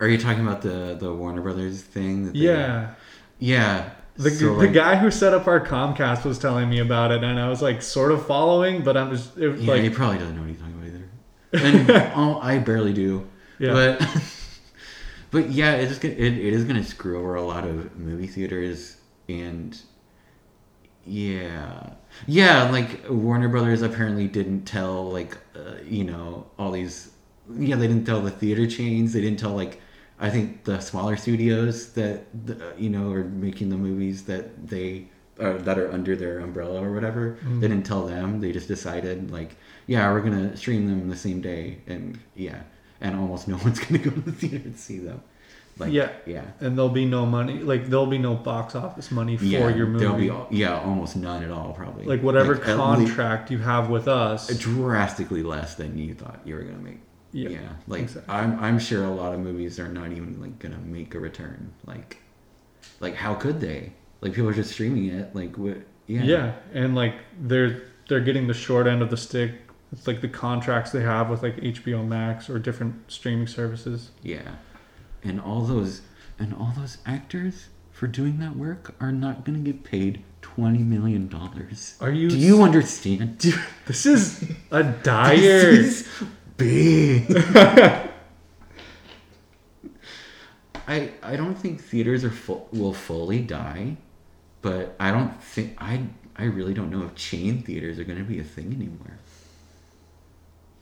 [SPEAKER 1] are you talking about the the Warner Brothers thing? That they-
[SPEAKER 2] yeah
[SPEAKER 1] yeah.
[SPEAKER 2] The,
[SPEAKER 1] So,
[SPEAKER 2] the
[SPEAKER 1] like,
[SPEAKER 2] guy who set up our Comcast was telling me about it, and I was like sort of following, but I'm just it, was
[SPEAKER 1] yeah, he
[SPEAKER 2] like,
[SPEAKER 1] probably doesn't know what he's talking about either. And oh, I barely do.
[SPEAKER 2] Yeah.
[SPEAKER 1] But but yeah, it's just gonna, it, it is gonna screw over a lot of movie theaters and yeah yeah like warner brothers apparently didn't tell like uh, you know all these yeah they didn't tell the theater chains they didn't tell like i think the smaller studios that the, you know are making the movies that they are that are under their umbrella or whatever
[SPEAKER 2] Mm.
[SPEAKER 1] they didn't tell them they just decided like yeah we're gonna stream them the same day and yeah and almost no one's gonna go to the theater and see them like
[SPEAKER 2] Yeah.
[SPEAKER 1] yeah
[SPEAKER 2] and there'll be no money, like there'll be no box office money for
[SPEAKER 1] yeah,
[SPEAKER 2] your
[SPEAKER 1] There'll
[SPEAKER 2] movie,
[SPEAKER 1] be al- yeah, almost none at all, probably.
[SPEAKER 2] like whatever
[SPEAKER 1] Like, at least
[SPEAKER 2] contract you have with us.
[SPEAKER 1] drastically less than you thought you were gonna make.
[SPEAKER 2] Yeah,
[SPEAKER 1] Yeah, like
[SPEAKER 2] exactly.
[SPEAKER 1] I'm, I'm sure a lot of movies are not even like gonna make a return. Like, like how could they? Like people are just streaming it. Like what? Yeah.
[SPEAKER 2] Yeah, and like they're they're getting the short end of the stick. It's like the contracts they have with like HBO Max or different streaming services.
[SPEAKER 1] Yeah. And all those and all those actors for doing that work are not going to get paid 20 million dollars.
[SPEAKER 2] Are you
[SPEAKER 1] Do you understand? Dude,
[SPEAKER 2] This is a
[SPEAKER 1] this
[SPEAKER 2] dire.
[SPEAKER 1] is big. I I don't think theaters are full, will fully die, but I don't think I I really don't know if chain theaters are going to be a thing anymore.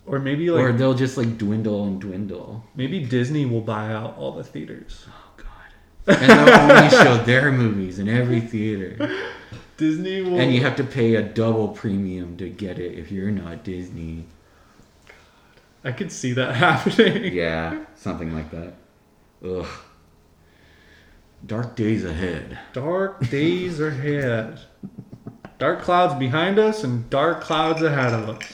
[SPEAKER 2] or maybe like
[SPEAKER 1] or they'll just like dwindle and dwindle.
[SPEAKER 2] maybe Disney will buy out all the theaters.
[SPEAKER 1] Oh god. And they'll only show their movies in every theater.
[SPEAKER 2] Disney will.
[SPEAKER 1] And you have to pay a double premium to get it if you're not Disney.
[SPEAKER 2] I could see that happening.
[SPEAKER 1] Yeah, something like that. Ugh. Dark days ahead.
[SPEAKER 2] Dark days are ahead. Dark clouds behind us and dark clouds ahead of us.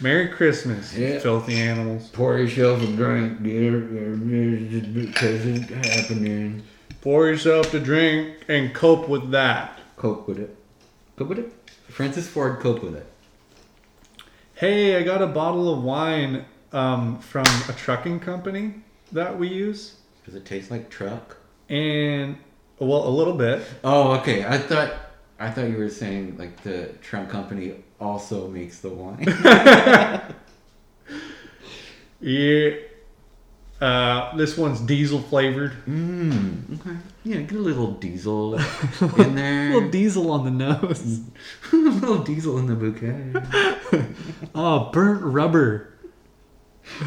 [SPEAKER 2] Merry Christmas,
[SPEAKER 1] Yeah.
[SPEAKER 2] filthy animals.
[SPEAKER 1] Pour yourself a drink, dear, because it's happening.
[SPEAKER 2] Pour yourself a drink and cope with that.
[SPEAKER 1] Cope with it. Cope with it? Francis Ford, cope with it.
[SPEAKER 2] Hey, I got a bottle of wine um, from a trucking company that we use,
[SPEAKER 1] Does it taste like truck?
[SPEAKER 2] and well, a little bit.
[SPEAKER 1] Oh, okay. I thought I thought you were saying like the Trump company also makes the wine.
[SPEAKER 2] Yeah, uh, this one's diesel flavored.
[SPEAKER 1] Mm, okay. Yeah, get a little diesel in there.
[SPEAKER 2] diesel on the nose.
[SPEAKER 1] a little diesel in the bouquet.
[SPEAKER 2] Oh, burnt rubber.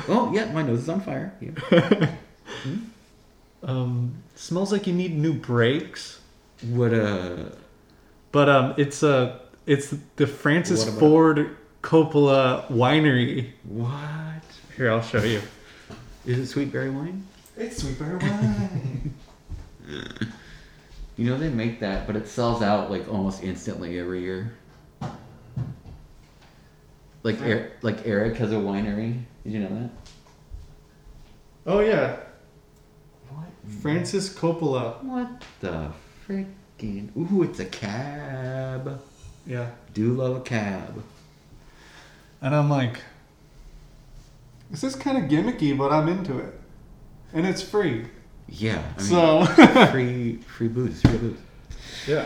[SPEAKER 1] oh, yeah, my nose is on fire. Yeah.
[SPEAKER 2] Um, smells like you need new brakes,
[SPEAKER 1] What uh, a.
[SPEAKER 2] but um, it's a it's the Francis
[SPEAKER 1] What about-
[SPEAKER 2] Ford Coppola winery.
[SPEAKER 1] What?
[SPEAKER 2] Here, I'll show you.
[SPEAKER 1] Is it sweet berry wine?
[SPEAKER 2] It's sweeper wine.
[SPEAKER 1] You know, they make that, but it sells out like almost instantly every year. Like, er- like Eric has a winery. Did you know that?
[SPEAKER 2] oh yeah,
[SPEAKER 1] What?
[SPEAKER 2] Francis Coppola.
[SPEAKER 1] What the freaking. Ooh, it's a cab.
[SPEAKER 2] Yeah,
[SPEAKER 1] Do love a cab.
[SPEAKER 2] and I'm like, this is kind of gimmicky, but I'm into it, and it's free.
[SPEAKER 1] Yeah. I mean,
[SPEAKER 2] so
[SPEAKER 1] free, free booze, free booze.
[SPEAKER 2] yeah,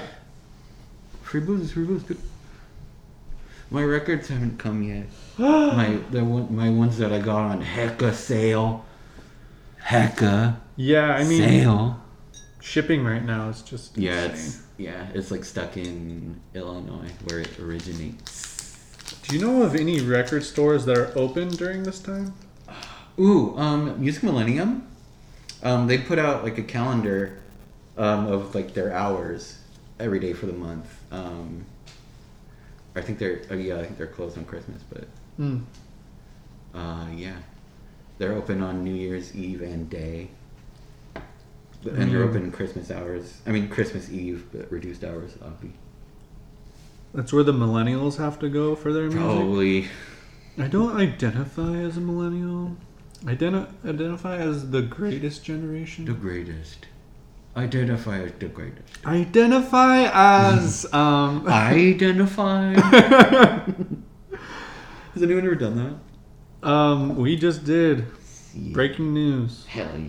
[SPEAKER 1] Free booze, free booze. Good. My records haven't come yet. my the one, my ones that I got on Hecka sale. Hecka
[SPEAKER 2] yeah. I mean,
[SPEAKER 1] sale.
[SPEAKER 2] shipping right now is just
[SPEAKER 1] Yeah,
[SPEAKER 2] insane.
[SPEAKER 1] it's yeah, it's like stuck in Illinois where it originates.
[SPEAKER 2] Do you know of any record stores that are open during this time?
[SPEAKER 1] Ooh, um, Music Millennium. Um, they put out like a calendar um, of like their hours every day for the month. Um, I think they're oh, yeah, I think they're closed on Christmas, but
[SPEAKER 2] Hmm.
[SPEAKER 1] Uh, yeah. They're open on New Year's Eve and day. But- And they're
[SPEAKER 2] Yeah.
[SPEAKER 1] open Christmas hours. I mean, Christmas Eve, but reduced hours, obviously.
[SPEAKER 2] That's where the millennials have to go for their music.
[SPEAKER 1] Probably.
[SPEAKER 2] I don't identify as a millennial. Identi- identify as the greatest generation.
[SPEAKER 1] The greatest. Identify as the greatest.
[SPEAKER 2] identify as um.
[SPEAKER 1] Identify. Has anyone ever done that?
[SPEAKER 2] um. We just did
[SPEAKER 1] Yeah.
[SPEAKER 2] breaking news.
[SPEAKER 1] Hell yeah.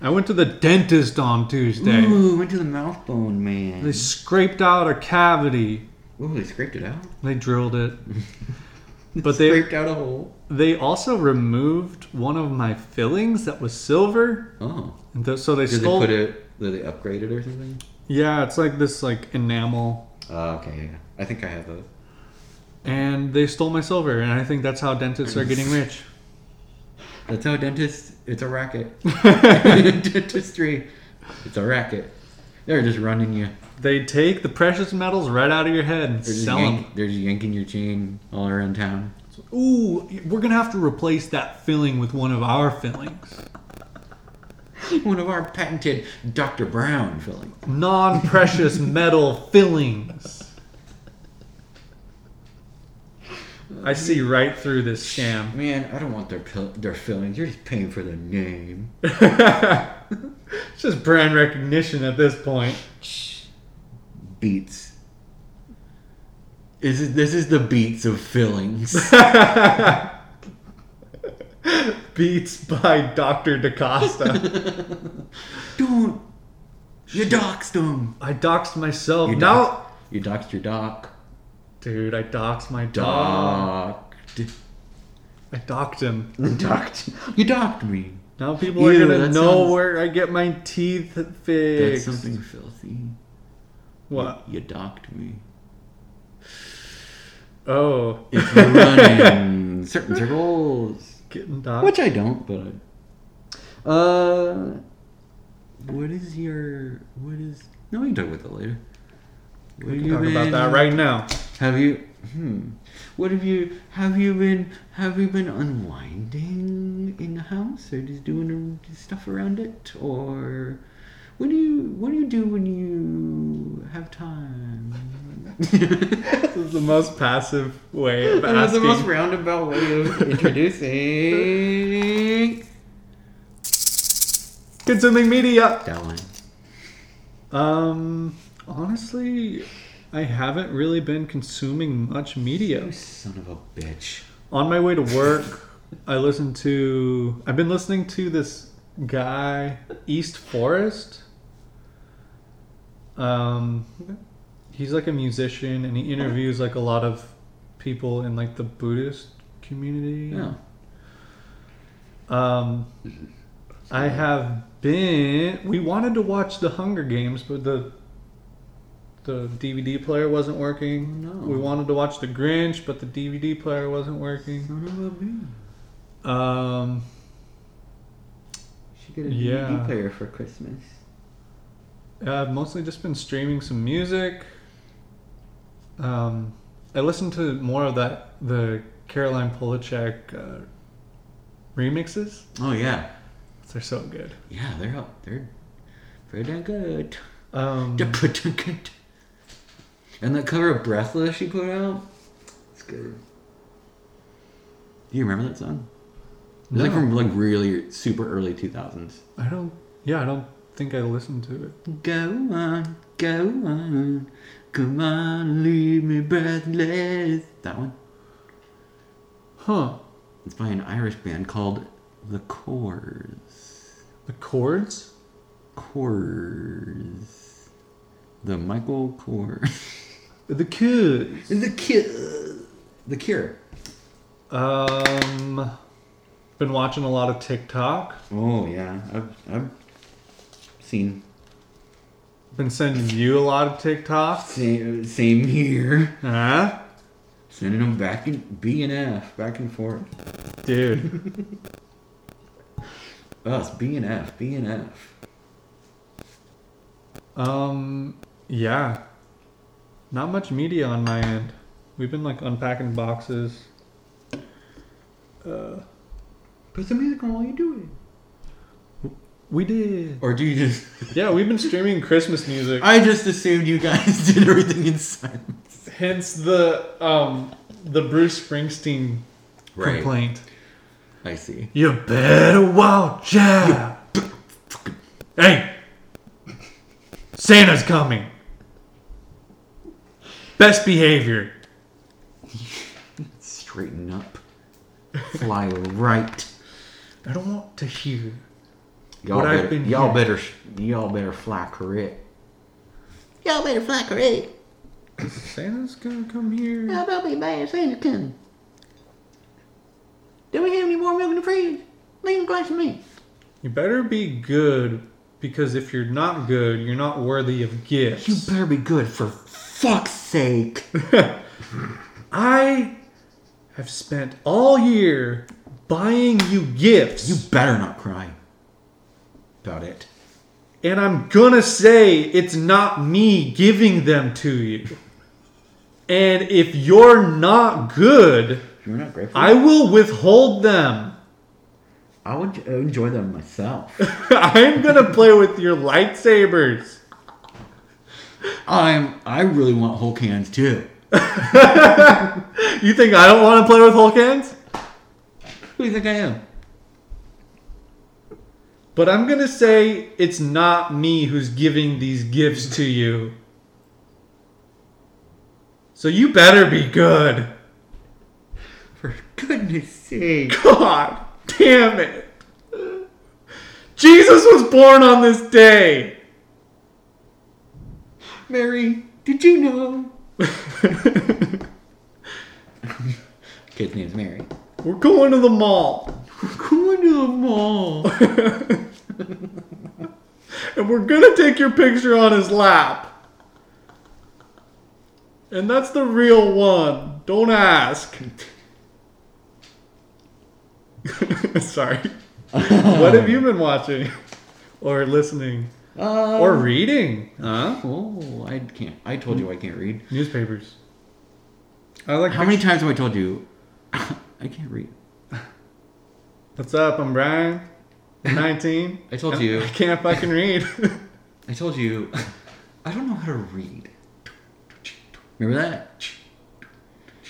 [SPEAKER 2] I went to the dentist on Tuesday.
[SPEAKER 1] Ooh, went to the mouth bone, man.
[SPEAKER 2] They scraped out a cavity.
[SPEAKER 1] Ooh, they scraped it out.
[SPEAKER 2] They drilled it. But they
[SPEAKER 1] scraped out a hole.
[SPEAKER 2] they also removed one of my fillings that was silver,
[SPEAKER 1] Oh.
[SPEAKER 2] and th- so they
[SPEAKER 1] Did
[SPEAKER 2] stole.
[SPEAKER 1] they put it, did they upgrade it or something?
[SPEAKER 2] Yeah, it's like this like enamel
[SPEAKER 1] Uh, okay, yeah, yeah. I think I have those.
[SPEAKER 2] and they stole my silver and i think that's how dentists are getting rich
[SPEAKER 1] That's how dentists. It's a racket. Dentistry. It's a racket. They're just running you.
[SPEAKER 2] they take the precious metals right out of your head and
[SPEAKER 1] They're just,
[SPEAKER 2] sell them
[SPEAKER 1] yank- they're just yanking your chain all around town.
[SPEAKER 2] ooh we're gonna have to replace that filling with one of our fillings
[SPEAKER 1] One of our patented Dr. Brown filling.
[SPEAKER 2] non-precious metal fillings i see right through this scam
[SPEAKER 1] Man, I don't want their pill- their fillings. You're just paying for the name.
[SPEAKER 2] it's just brand recognition at this point
[SPEAKER 1] B beats. This is this is the beats of fillings.
[SPEAKER 2] Beats by Dr. DaCosta.
[SPEAKER 1] Don't you doxed them?
[SPEAKER 2] I doxed myself.
[SPEAKER 1] You
[SPEAKER 2] now,
[SPEAKER 1] doxed- you doxed your doc.
[SPEAKER 2] dude, I doxed my dog.
[SPEAKER 1] Docked.
[SPEAKER 2] I docked him.
[SPEAKER 1] docked. You docked me.
[SPEAKER 2] Now people are
[SPEAKER 1] Ew,
[SPEAKER 2] gonna
[SPEAKER 1] that
[SPEAKER 2] know
[SPEAKER 1] sounds-
[SPEAKER 2] where I get my teeth
[SPEAKER 1] That's
[SPEAKER 2] fixed.
[SPEAKER 1] something filthy.
[SPEAKER 2] What?
[SPEAKER 1] You docked me.
[SPEAKER 2] Oh,
[SPEAKER 1] If you run in certain circles,
[SPEAKER 2] getting doxed.
[SPEAKER 1] which I don't, but I. Uh, what is your what is? No, we can talk about that later. What
[SPEAKER 2] we
[SPEAKER 1] have
[SPEAKER 2] can
[SPEAKER 1] you
[SPEAKER 2] talk about that
[SPEAKER 1] been-
[SPEAKER 2] right now.
[SPEAKER 1] Have you? Hmm. What have you? Have you been? Have you been unwinding in the house, or just doing stuff around it, or what do you? What do you do when you have time?
[SPEAKER 2] This is the most passive way of
[SPEAKER 1] That's the
[SPEAKER 2] asking.
[SPEAKER 1] most roundabout way of introducing
[SPEAKER 2] Consuming media.
[SPEAKER 1] that one.
[SPEAKER 2] Um, honestly, I haven't really been consuming much media.
[SPEAKER 1] You son of a bitch.
[SPEAKER 2] On my way to work, I listened to. I've been listening to this guy, East Forest. Um, he's like a musician, and he interviews like a lot of people in like the Buddhist community.
[SPEAKER 1] Yeah.
[SPEAKER 2] Um, I have been. We wanted to watch The Hunger Games, but the the DVD player wasn't working.
[SPEAKER 1] Oh, No.
[SPEAKER 2] We wanted to watch The Grinch, but the DVD player wasn't working.
[SPEAKER 1] Son of a bitch.
[SPEAKER 2] Um,
[SPEAKER 1] Should get a
[SPEAKER 2] Yeah.
[SPEAKER 1] DVD player for Christmas.
[SPEAKER 2] I've mostly just been streaming some music. Um, I listened to more of that the Caroline Polachek uh, remixes.
[SPEAKER 1] Oh yeah.
[SPEAKER 2] They're so good.
[SPEAKER 1] Yeah, they're up. They're pretty good.
[SPEAKER 2] Um,
[SPEAKER 1] They're pretty good. And that cover of Breathless she put out, it's good. Do you remember that song? It's like
[SPEAKER 2] No.
[SPEAKER 1] from like really super early two thousands.
[SPEAKER 2] I don't. Yeah, I don't think I listened to it.
[SPEAKER 1] Go on, go on, come on, leave me breathless. That one.
[SPEAKER 2] Huh.
[SPEAKER 1] It's by an Irish band called The Cores.
[SPEAKER 2] The chords?
[SPEAKER 1] Cores. The Michael Cores.
[SPEAKER 2] The chords.
[SPEAKER 1] the Cure. The Cure.
[SPEAKER 2] Um, been watching a lot of TikTok.
[SPEAKER 1] Oh yeah, I've, I've seen
[SPEAKER 2] Been sending you a lot of TikToks.
[SPEAKER 1] same, same here.
[SPEAKER 2] Huh?
[SPEAKER 1] Sending them back in B and F, back and forth.
[SPEAKER 2] Dude.
[SPEAKER 1] Us B and F, B and F.
[SPEAKER 2] um, yeah. Not much media on my end. We've been like unpacking boxes. Uh,
[SPEAKER 1] Put some music on while you do it.
[SPEAKER 2] We did.
[SPEAKER 1] Or do you just?
[SPEAKER 2] Yeah, we've been streaming Christmas music.
[SPEAKER 1] I just assumed you guys did everything in silence.
[SPEAKER 2] Hence the um the Bruce Springsteen complaint.
[SPEAKER 1] I see.
[SPEAKER 2] You better watch out. Hey, Santa's coming. Best behavior.
[SPEAKER 1] Straighten up. Fly right.
[SPEAKER 2] I don't want to hear.
[SPEAKER 1] Y'all
[SPEAKER 2] What I've
[SPEAKER 1] better.
[SPEAKER 2] been
[SPEAKER 1] y'all
[SPEAKER 2] hearing.
[SPEAKER 1] better. sh- Y'all better fly correct.
[SPEAKER 4] Y'all better fly correct.
[SPEAKER 2] Santa's gonna come here.
[SPEAKER 4] Y'all better be bad Santa coming. Do we have any more milk in the fridge? Leave a glass to me.
[SPEAKER 2] You better be good, because if you're not good, you're not worthy of
[SPEAKER 1] You
[SPEAKER 2] gifts.
[SPEAKER 1] better be good for fuck's sake.
[SPEAKER 2] I have spent all year buying you gifts.
[SPEAKER 1] You better not cry. About it.
[SPEAKER 2] And I'm gonna say it's not me giving them to you. And if you're not good,
[SPEAKER 1] You're not grateful.
[SPEAKER 2] I will withhold them.
[SPEAKER 1] I would enjoy them myself.
[SPEAKER 2] I'm gonna play with your lightsabers.
[SPEAKER 1] I'm. I really want Hulk hands too.
[SPEAKER 2] You think I don't wanna play with Hulk hands?
[SPEAKER 1] Who do you think I am?
[SPEAKER 2] But I'm gonna say it's not me who's giving these gifts to you. So you better be good.
[SPEAKER 1] For goodness sake.
[SPEAKER 2] God damn it. Jesus was born on this day.
[SPEAKER 1] Mary, did you know? Kid's name's Mary.
[SPEAKER 2] We're going to the mall.
[SPEAKER 1] We're going to the mall.
[SPEAKER 2] And we're going to take your picture on his lap. And that's the real one. Don't ask. Sorry. what have you been watching? Or listening?
[SPEAKER 1] Uh,
[SPEAKER 2] Or reading? Huh?
[SPEAKER 1] oh, I can't. I told you I can't read.
[SPEAKER 2] Newspapers. I like
[SPEAKER 1] How many times have I told you? I can't read.
[SPEAKER 2] What's up? I'm Brian. I'm 19.
[SPEAKER 1] I told
[SPEAKER 2] And
[SPEAKER 1] you.
[SPEAKER 2] I can't fucking read.
[SPEAKER 1] I told you, I don't know how to read. Remember that?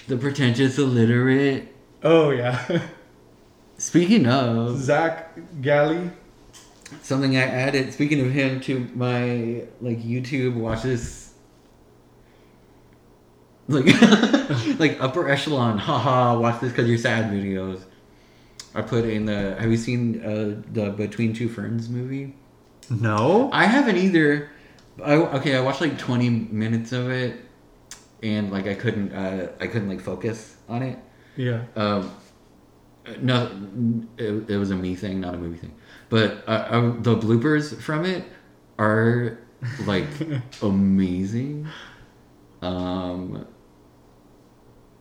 [SPEAKER 1] The pretentious illiterate.
[SPEAKER 2] oh, yeah.
[SPEAKER 1] Speaking of.
[SPEAKER 2] Zach Galley.
[SPEAKER 1] something I added. Speaking of him, to my like YouTube watch this, like like upper echelon, haha, watch this because you're sad videos. I put in the. Have you seen uh, the Between Two Ferns movie?
[SPEAKER 2] No.
[SPEAKER 1] I haven't either. I okay. I watched like 20 minutes of it, and like I couldn't. Uh, I couldn't like focus on it.
[SPEAKER 2] Yeah.
[SPEAKER 1] Um, no, it, it was a me thing, not a movie thing. But uh, um, the bloopers from it are like amazing. Um,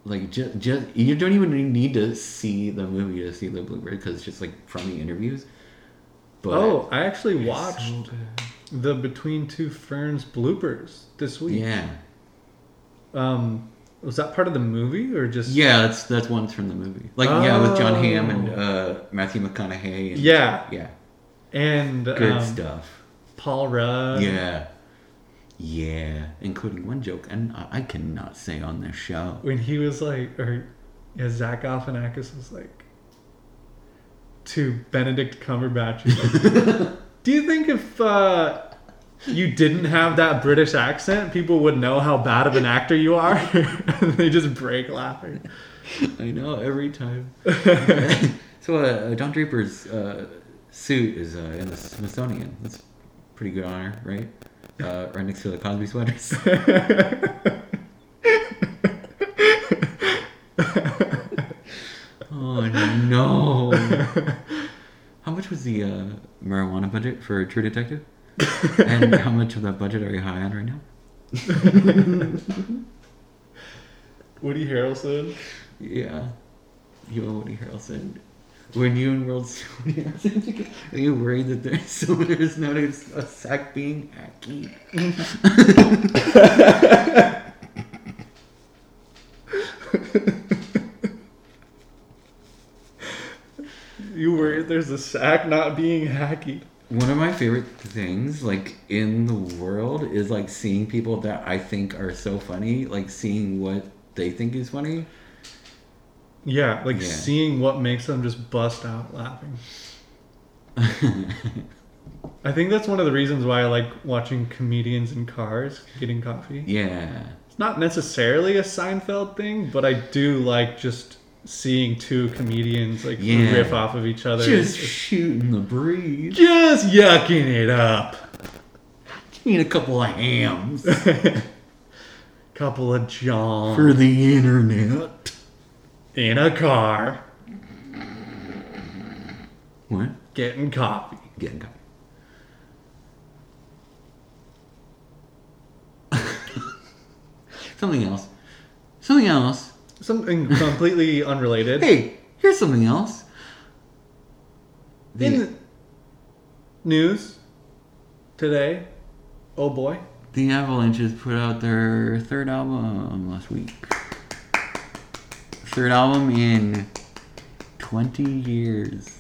[SPEAKER 1] like just just you don't even need to see the movie to see the blooper because it's just like from the interviews. But
[SPEAKER 2] Oh, I actually
[SPEAKER 1] it's so
[SPEAKER 2] watched
[SPEAKER 1] good.
[SPEAKER 2] the Between Two Ferns bloopers this week.
[SPEAKER 1] Yeah,
[SPEAKER 2] Um, was that part of the movie or just?
[SPEAKER 1] yeah, that's that's ones from the movie. Like yeah, with John Hamm and
[SPEAKER 2] Oh.
[SPEAKER 1] uh, Matthew McConaughey. And,
[SPEAKER 2] Yeah.
[SPEAKER 1] yeah,
[SPEAKER 2] And
[SPEAKER 1] good
[SPEAKER 2] um, uh,
[SPEAKER 1] stuff.
[SPEAKER 2] Paul Rudd.
[SPEAKER 1] Yeah. Yeah. Including one joke, and I I cannot say on this show.
[SPEAKER 2] When he was like, or yeah, Zach Galifianakis was like to Benedict Cumberbatch. he's like, Do you think if uh, you didn't have that British accent, people would know how bad of an actor you are? and they just break laughing.
[SPEAKER 1] I know, every time. so, uh, John Draper's uh, suit is uh, in the Smithsonian. That's pretty good honor, right? Uh, right next to the Cosby sweaters. oh, no. How much was the uh, marijuana budget for True Detective? and how much of that budget are you high on right now?
[SPEAKER 2] Woody Harrelson.
[SPEAKER 1] Yeah. You and Woody Harrelson. When you and World Woody Harrelson together, are you worried that there's someone who's not a sack being hacky?
[SPEAKER 2] You worried there's a sack not being hacky.
[SPEAKER 1] One of my favorite things, like in the world, is like seeing people that I think are so funny, like seeing what they think is funny.
[SPEAKER 2] Yeah, like
[SPEAKER 1] Yeah.
[SPEAKER 2] seeing what makes them just bust out laughing. I think that's one of the reasons why I like watching comedians in cars getting coffee.
[SPEAKER 1] yeah.
[SPEAKER 2] It's not necessarily a Seinfeld thing, but I do like just seeing two comedians like
[SPEAKER 1] Yeah.
[SPEAKER 2] riff off of each other.
[SPEAKER 1] Just shooting the breeze.
[SPEAKER 2] just yucking it up.
[SPEAKER 1] Give me a couple of hams
[SPEAKER 2] Couple of John
[SPEAKER 1] for the internet.
[SPEAKER 2] in a car
[SPEAKER 1] What?
[SPEAKER 2] getting coffee.
[SPEAKER 1] Getting coffee. something else. Something else.
[SPEAKER 2] Something completely unrelated.
[SPEAKER 1] Hey, here's something else. The,
[SPEAKER 2] In the news today, oh boy,
[SPEAKER 1] the Avalanches put out their third album last week. Third album in 20 years.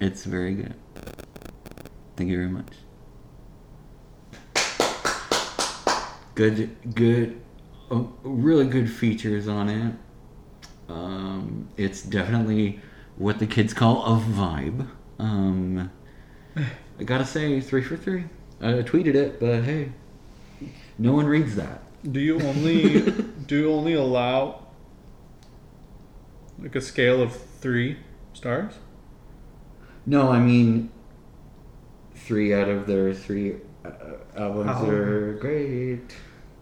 [SPEAKER 1] It's very good. Thank you very much. Good, good, uh, really good features on it. Um, it's definitely what the kids call a vibe. Um, I gotta say, three for three. I tweeted it, but hey, No one reads that.
[SPEAKER 2] Do you only do you only allow like a scale of three stars?
[SPEAKER 1] No, I mean, three out of their three uh, albums
[SPEAKER 2] Album.
[SPEAKER 1] are great.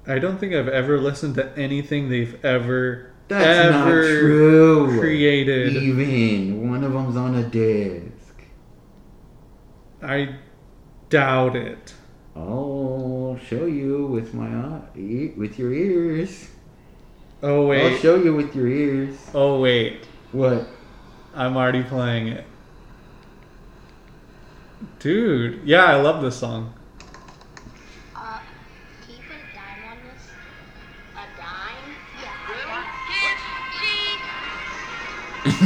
[SPEAKER 2] I don't think I've ever listened to anything they've ever
[SPEAKER 1] That's not
[SPEAKER 2] ever
[SPEAKER 1] true.
[SPEAKER 2] created.
[SPEAKER 1] Even one of them's on a disc.
[SPEAKER 2] I doubt it.
[SPEAKER 1] I'll show you with my eye, with your ears.
[SPEAKER 2] Oh
[SPEAKER 1] I'll
[SPEAKER 2] wait.
[SPEAKER 1] show you with your ears.
[SPEAKER 2] Oh wait.
[SPEAKER 1] What?
[SPEAKER 2] I'm already playing it. Dude, yeah, I love this song.
[SPEAKER 5] Uh, keep a dime on this. A dime? Yeah.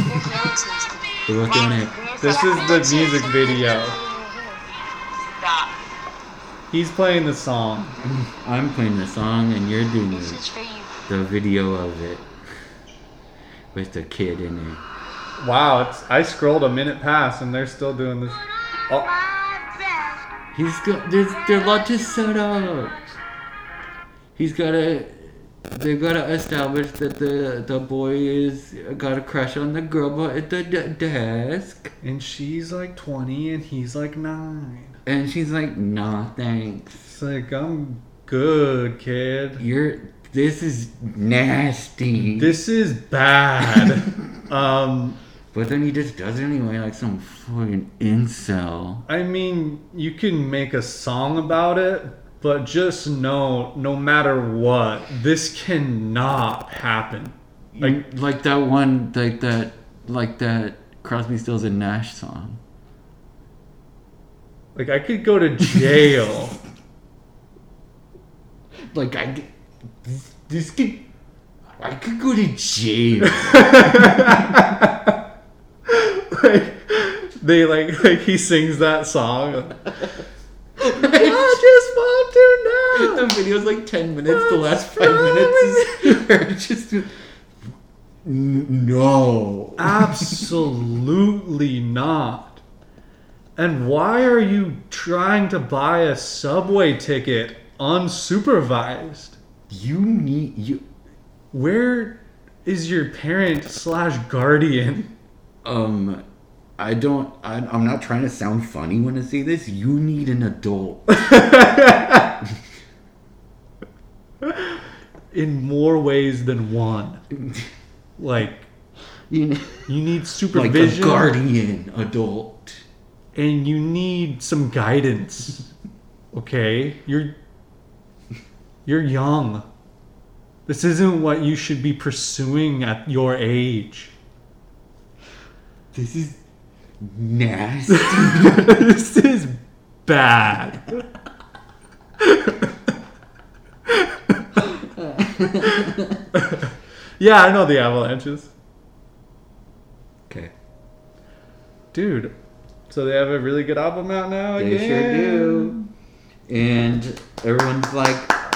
[SPEAKER 1] They look on it.
[SPEAKER 2] This is the music video. He's playing the song.
[SPEAKER 1] I'm playing the song and you're doing
[SPEAKER 5] This
[SPEAKER 1] the,
[SPEAKER 5] is for you.
[SPEAKER 1] the video of it with the kid in it.
[SPEAKER 2] Wow, it's I scrolled a minute past and they're still doing this. Oh,
[SPEAKER 1] He's got there's their lot is set up. He's gotta they gotta establish that the the boy is got a crush on the girl but at the d- desk,
[SPEAKER 2] and she's like 20 and he's like 9.
[SPEAKER 1] and she's like, "Nah, thanks.
[SPEAKER 2] It's like, I'm good, kid.
[SPEAKER 1] You're this is nasty."
[SPEAKER 2] This is bad. um,
[SPEAKER 1] but then he just does it anyway, like some fucking incel.
[SPEAKER 2] I mean, you can make a song about it, but just know no matter what, this cannot happen. Like,
[SPEAKER 1] Like like that one, like that, like that Crosby, Stills and Nash song.
[SPEAKER 2] like I could go to jail.
[SPEAKER 1] like I g- this, this could I could go to jail.
[SPEAKER 2] like, they like, like he sings that song. I just want to know.
[SPEAKER 1] the video's like ten minutes. The last five minutes is her just N- no.
[SPEAKER 2] Absolutely not. And why are you trying to buy a subway ticket unsupervised?
[SPEAKER 1] You need you.
[SPEAKER 2] Where is your parent slash guardian?
[SPEAKER 1] Um, I don't. I, I'm not trying to sound funny when I say this. You need an adult.
[SPEAKER 2] In more ways than one. Like,
[SPEAKER 1] You need
[SPEAKER 2] you need
[SPEAKER 1] like
[SPEAKER 2] supervision
[SPEAKER 1] a guardian adult.
[SPEAKER 2] and you need some guidance. Okay? You're you're young. This isn't what you should be pursuing at your age.
[SPEAKER 1] This is nasty.
[SPEAKER 2] this is bad. yeah, I know the avalanches.
[SPEAKER 1] okay.
[SPEAKER 2] Dude, so they have a really good album out now
[SPEAKER 1] They
[SPEAKER 2] again?
[SPEAKER 1] sure do. And everyone's like,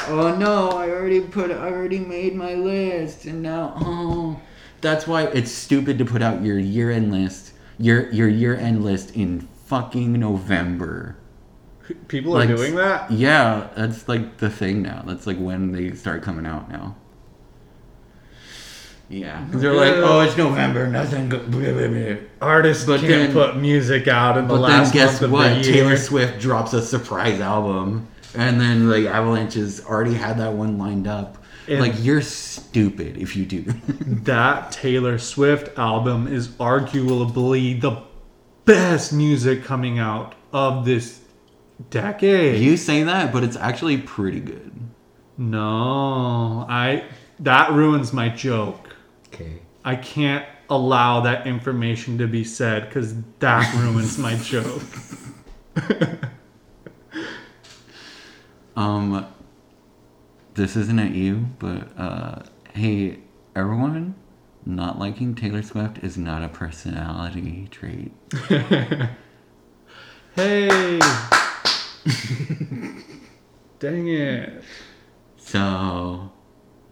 [SPEAKER 1] "Oh no, I already put, I already made my list, and now oh." That's why it's stupid to put out your year-end list, your your year-end list in fucking November.
[SPEAKER 2] People are
[SPEAKER 1] Like-
[SPEAKER 2] doing that?
[SPEAKER 1] Yeah, that's like the thing now. That's like when they start coming out now. Yeah, 'Cause they're like, "Oh, it's November, nothing." Go- blah, blah, blah."
[SPEAKER 2] Artists
[SPEAKER 1] But
[SPEAKER 2] can't
[SPEAKER 1] then-
[SPEAKER 2] put music out in the
[SPEAKER 1] But then
[SPEAKER 2] last
[SPEAKER 1] guess
[SPEAKER 2] month of the
[SPEAKER 1] what?
[SPEAKER 2] year.
[SPEAKER 1] Taylor Swift drops a surprise album, and then like Avalanches already had that one lined up.
[SPEAKER 2] And-
[SPEAKER 1] like you're stupid if you do.
[SPEAKER 2] That Taylor Swift album is arguably the best music coming out of this decade.
[SPEAKER 1] you say that, but it's actually pretty good.
[SPEAKER 2] No, I that ruins my joke.
[SPEAKER 1] Okay.
[SPEAKER 2] I can't allow that information to be said cuz that ruins my joke.
[SPEAKER 1] Um, this isn't at you, but uh, hey, everyone, not liking Taylor Swift is not a personality trait.
[SPEAKER 2] Hey. Dang it.
[SPEAKER 1] So,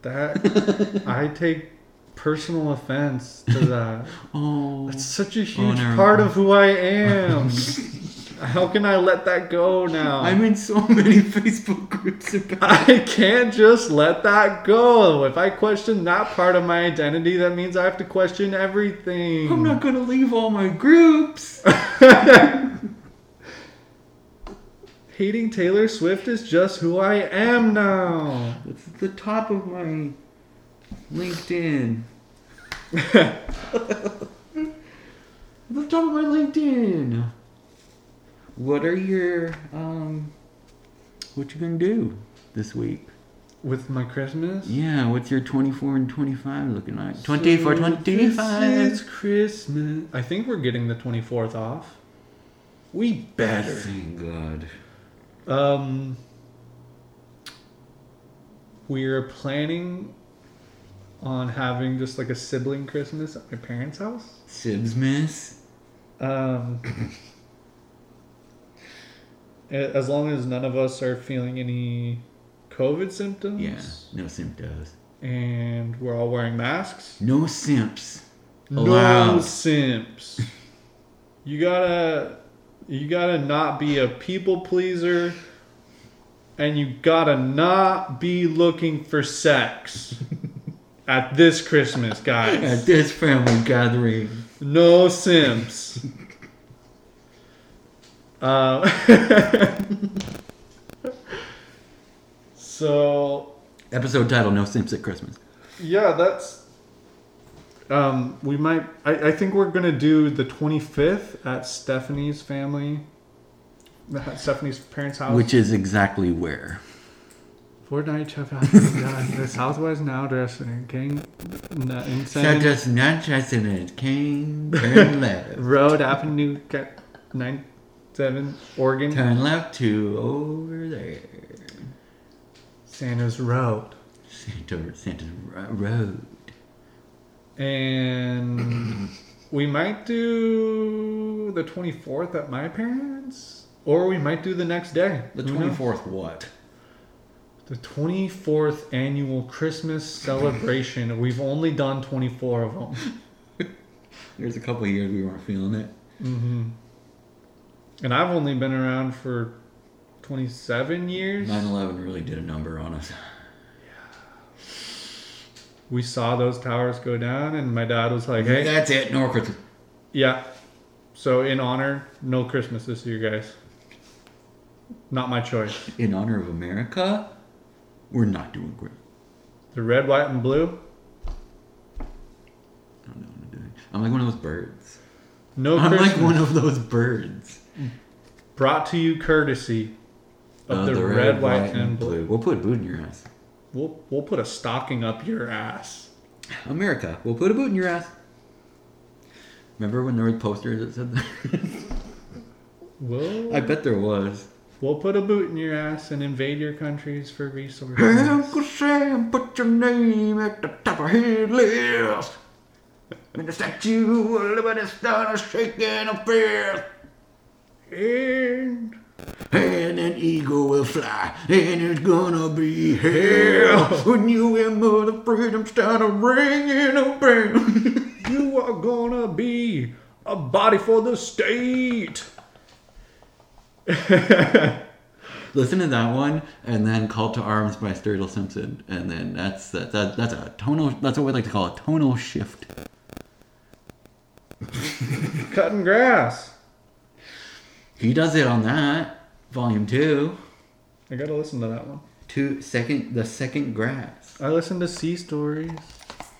[SPEAKER 2] That I take personal offense to that.
[SPEAKER 1] oh,
[SPEAKER 2] It's such a huge
[SPEAKER 1] never
[SPEAKER 2] part
[SPEAKER 1] mind.
[SPEAKER 2] of who I am. How can I let that go now?
[SPEAKER 1] I'm in so many Facebook groups about.
[SPEAKER 2] I can't just let that go. If I question that part of my identity, that means I have to question everything.
[SPEAKER 1] I'm not gonna leave all my groups.
[SPEAKER 2] Hating Taylor Swift is just who I am now.
[SPEAKER 1] It's at the top of my LinkedIn. the top of my LinkedIn. What are your um? What you gonna do this week?
[SPEAKER 2] With my Christmas?
[SPEAKER 1] Yeah, what's your 24 and 25 looking like? 20 for
[SPEAKER 2] So This is
[SPEAKER 1] 25.
[SPEAKER 2] Christmas. I think we're getting the 24th off. We better.
[SPEAKER 1] Thank God.
[SPEAKER 2] Um, we're planning on having just like a sibling Christmas at my parents' house.
[SPEAKER 1] Sibs miss.
[SPEAKER 2] Um, a- as long as none of us are feeling any COVID symptoms.
[SPEAKER 1] Yeah, no symptoms.
[SPEAKER 2] And we're all wearing masks.
[SPEAKER 1] No simps.
[SPEAKER 2] No
[SPEAKER 1] Allowed.
[SPEAKER 2] simps. You gotta, you gotta not be a people pleaser, and you gotta not be looking for sex at this Christmas,
[SPEAKER 1] At
[SPEAKER 2] guys.
[SPEAKER 1] this family gathering.
[SPEAKER 2] No simps. Uh, so
[SPEAKER 1] Episode title No Simps at Christmas.
[SPEAKER 2] Yeah, that's. Um, we might. I, I think we're gonna do the 25th at Stephanie's family, at Stephanie's parents' house.
[SPEAKER 1] Which is exactly where?
[SPEAKER 2] Fortnite Chef House. God, the Southwest now dressing King, na-
[SPEAKER 1] Such
[SPEAKER 2] insane
[SPEAKER 1] as not just in it. King, turn left.
[SPEAKER 2] Road Avenue, Ca- nine seven Oregon,
[SPEAKER 1] Turn left to over there.
[SPEAKER 2] Santa's Road,
[SPEAKER 1] Santa, Santa Ro- Road.
[SPEAKER 2] and we might do the 24th at my parents, or we might do the next day. Who knows?
[SPEAKER 1] what?
[SPEAKER 2] The 24th annual Christmas celebration. We've only done 24 of them.
[SPEAKER 1] There's a couple of years we weren't feeling it.
[SPEAKER 2] hmm And I've only been around for 27 years.
[SPEAKER 1] 9 11 really did a number on us.
[SPEAKER 2] We saw those towers go down, and my dad was like, hey,
[SPEAKER 1] That's it, no Christmas.
[SPEAKER 2] yeah. So, in honor, no Christmas this year, guys. Not my choice.
[SPEAKER 1] In honor of America, we're not doing great.
[SPEAKER 2] The red, white, and blue,
[SPEAKER 1] I don't know what I'm doing. I'm like one of those birds.
[SPEAKER 2] no
[SPEAKER 1] I'm
[SPEAKER 2] Christmas.
[SPEAKER 1] like one of those birds.
[SPEAKER 2] Brought to you courtesy of
[SPEAKER 1] Uh,
[SPEAKER 2] the, red, white, and blue.
[SPEAKER 1] We'll put a boot in your ass.
[SPEAKER 2] We'll, we'll put a stocking up your ass.
[SPEAKER 1] America, we'll put a boot in your ass. Remember when there were posters that said that?
[SPEAKER 2] Whoa.
[SPEAKER 1] I bet there was.
[SPEAKER 2] We'll put a boot in your ass and invade your countries for resources.
[SPEAKER 1] Hey, Uncle Sam, put your name at the top of his list.
[SPEAKER 3] And the statue of liberty started shaking a fist.
[SPEAKER 2] And
[SPEAKER 3] And an eagle will fly, and it's gonna be hell when you and Mother Freedom start a ringing a bell.
[SPEAKER 2] you are gonna be a body for the state.
[SPEAKER 1] Listen to that one, and then "Call to Arms" by Sturgill Simpson, and then that's that, that that's a tonal. That's what we like to call a tonal shift.
[SPEAKER 2] Cutting grass.
[SPEAKER 1] He does it on that volume two,
[SPEAKER 2] I gotta listen to that one.
[SPEAKER 1] two second the second grass.
[SPEAKER 2] I listened to Sea Stories.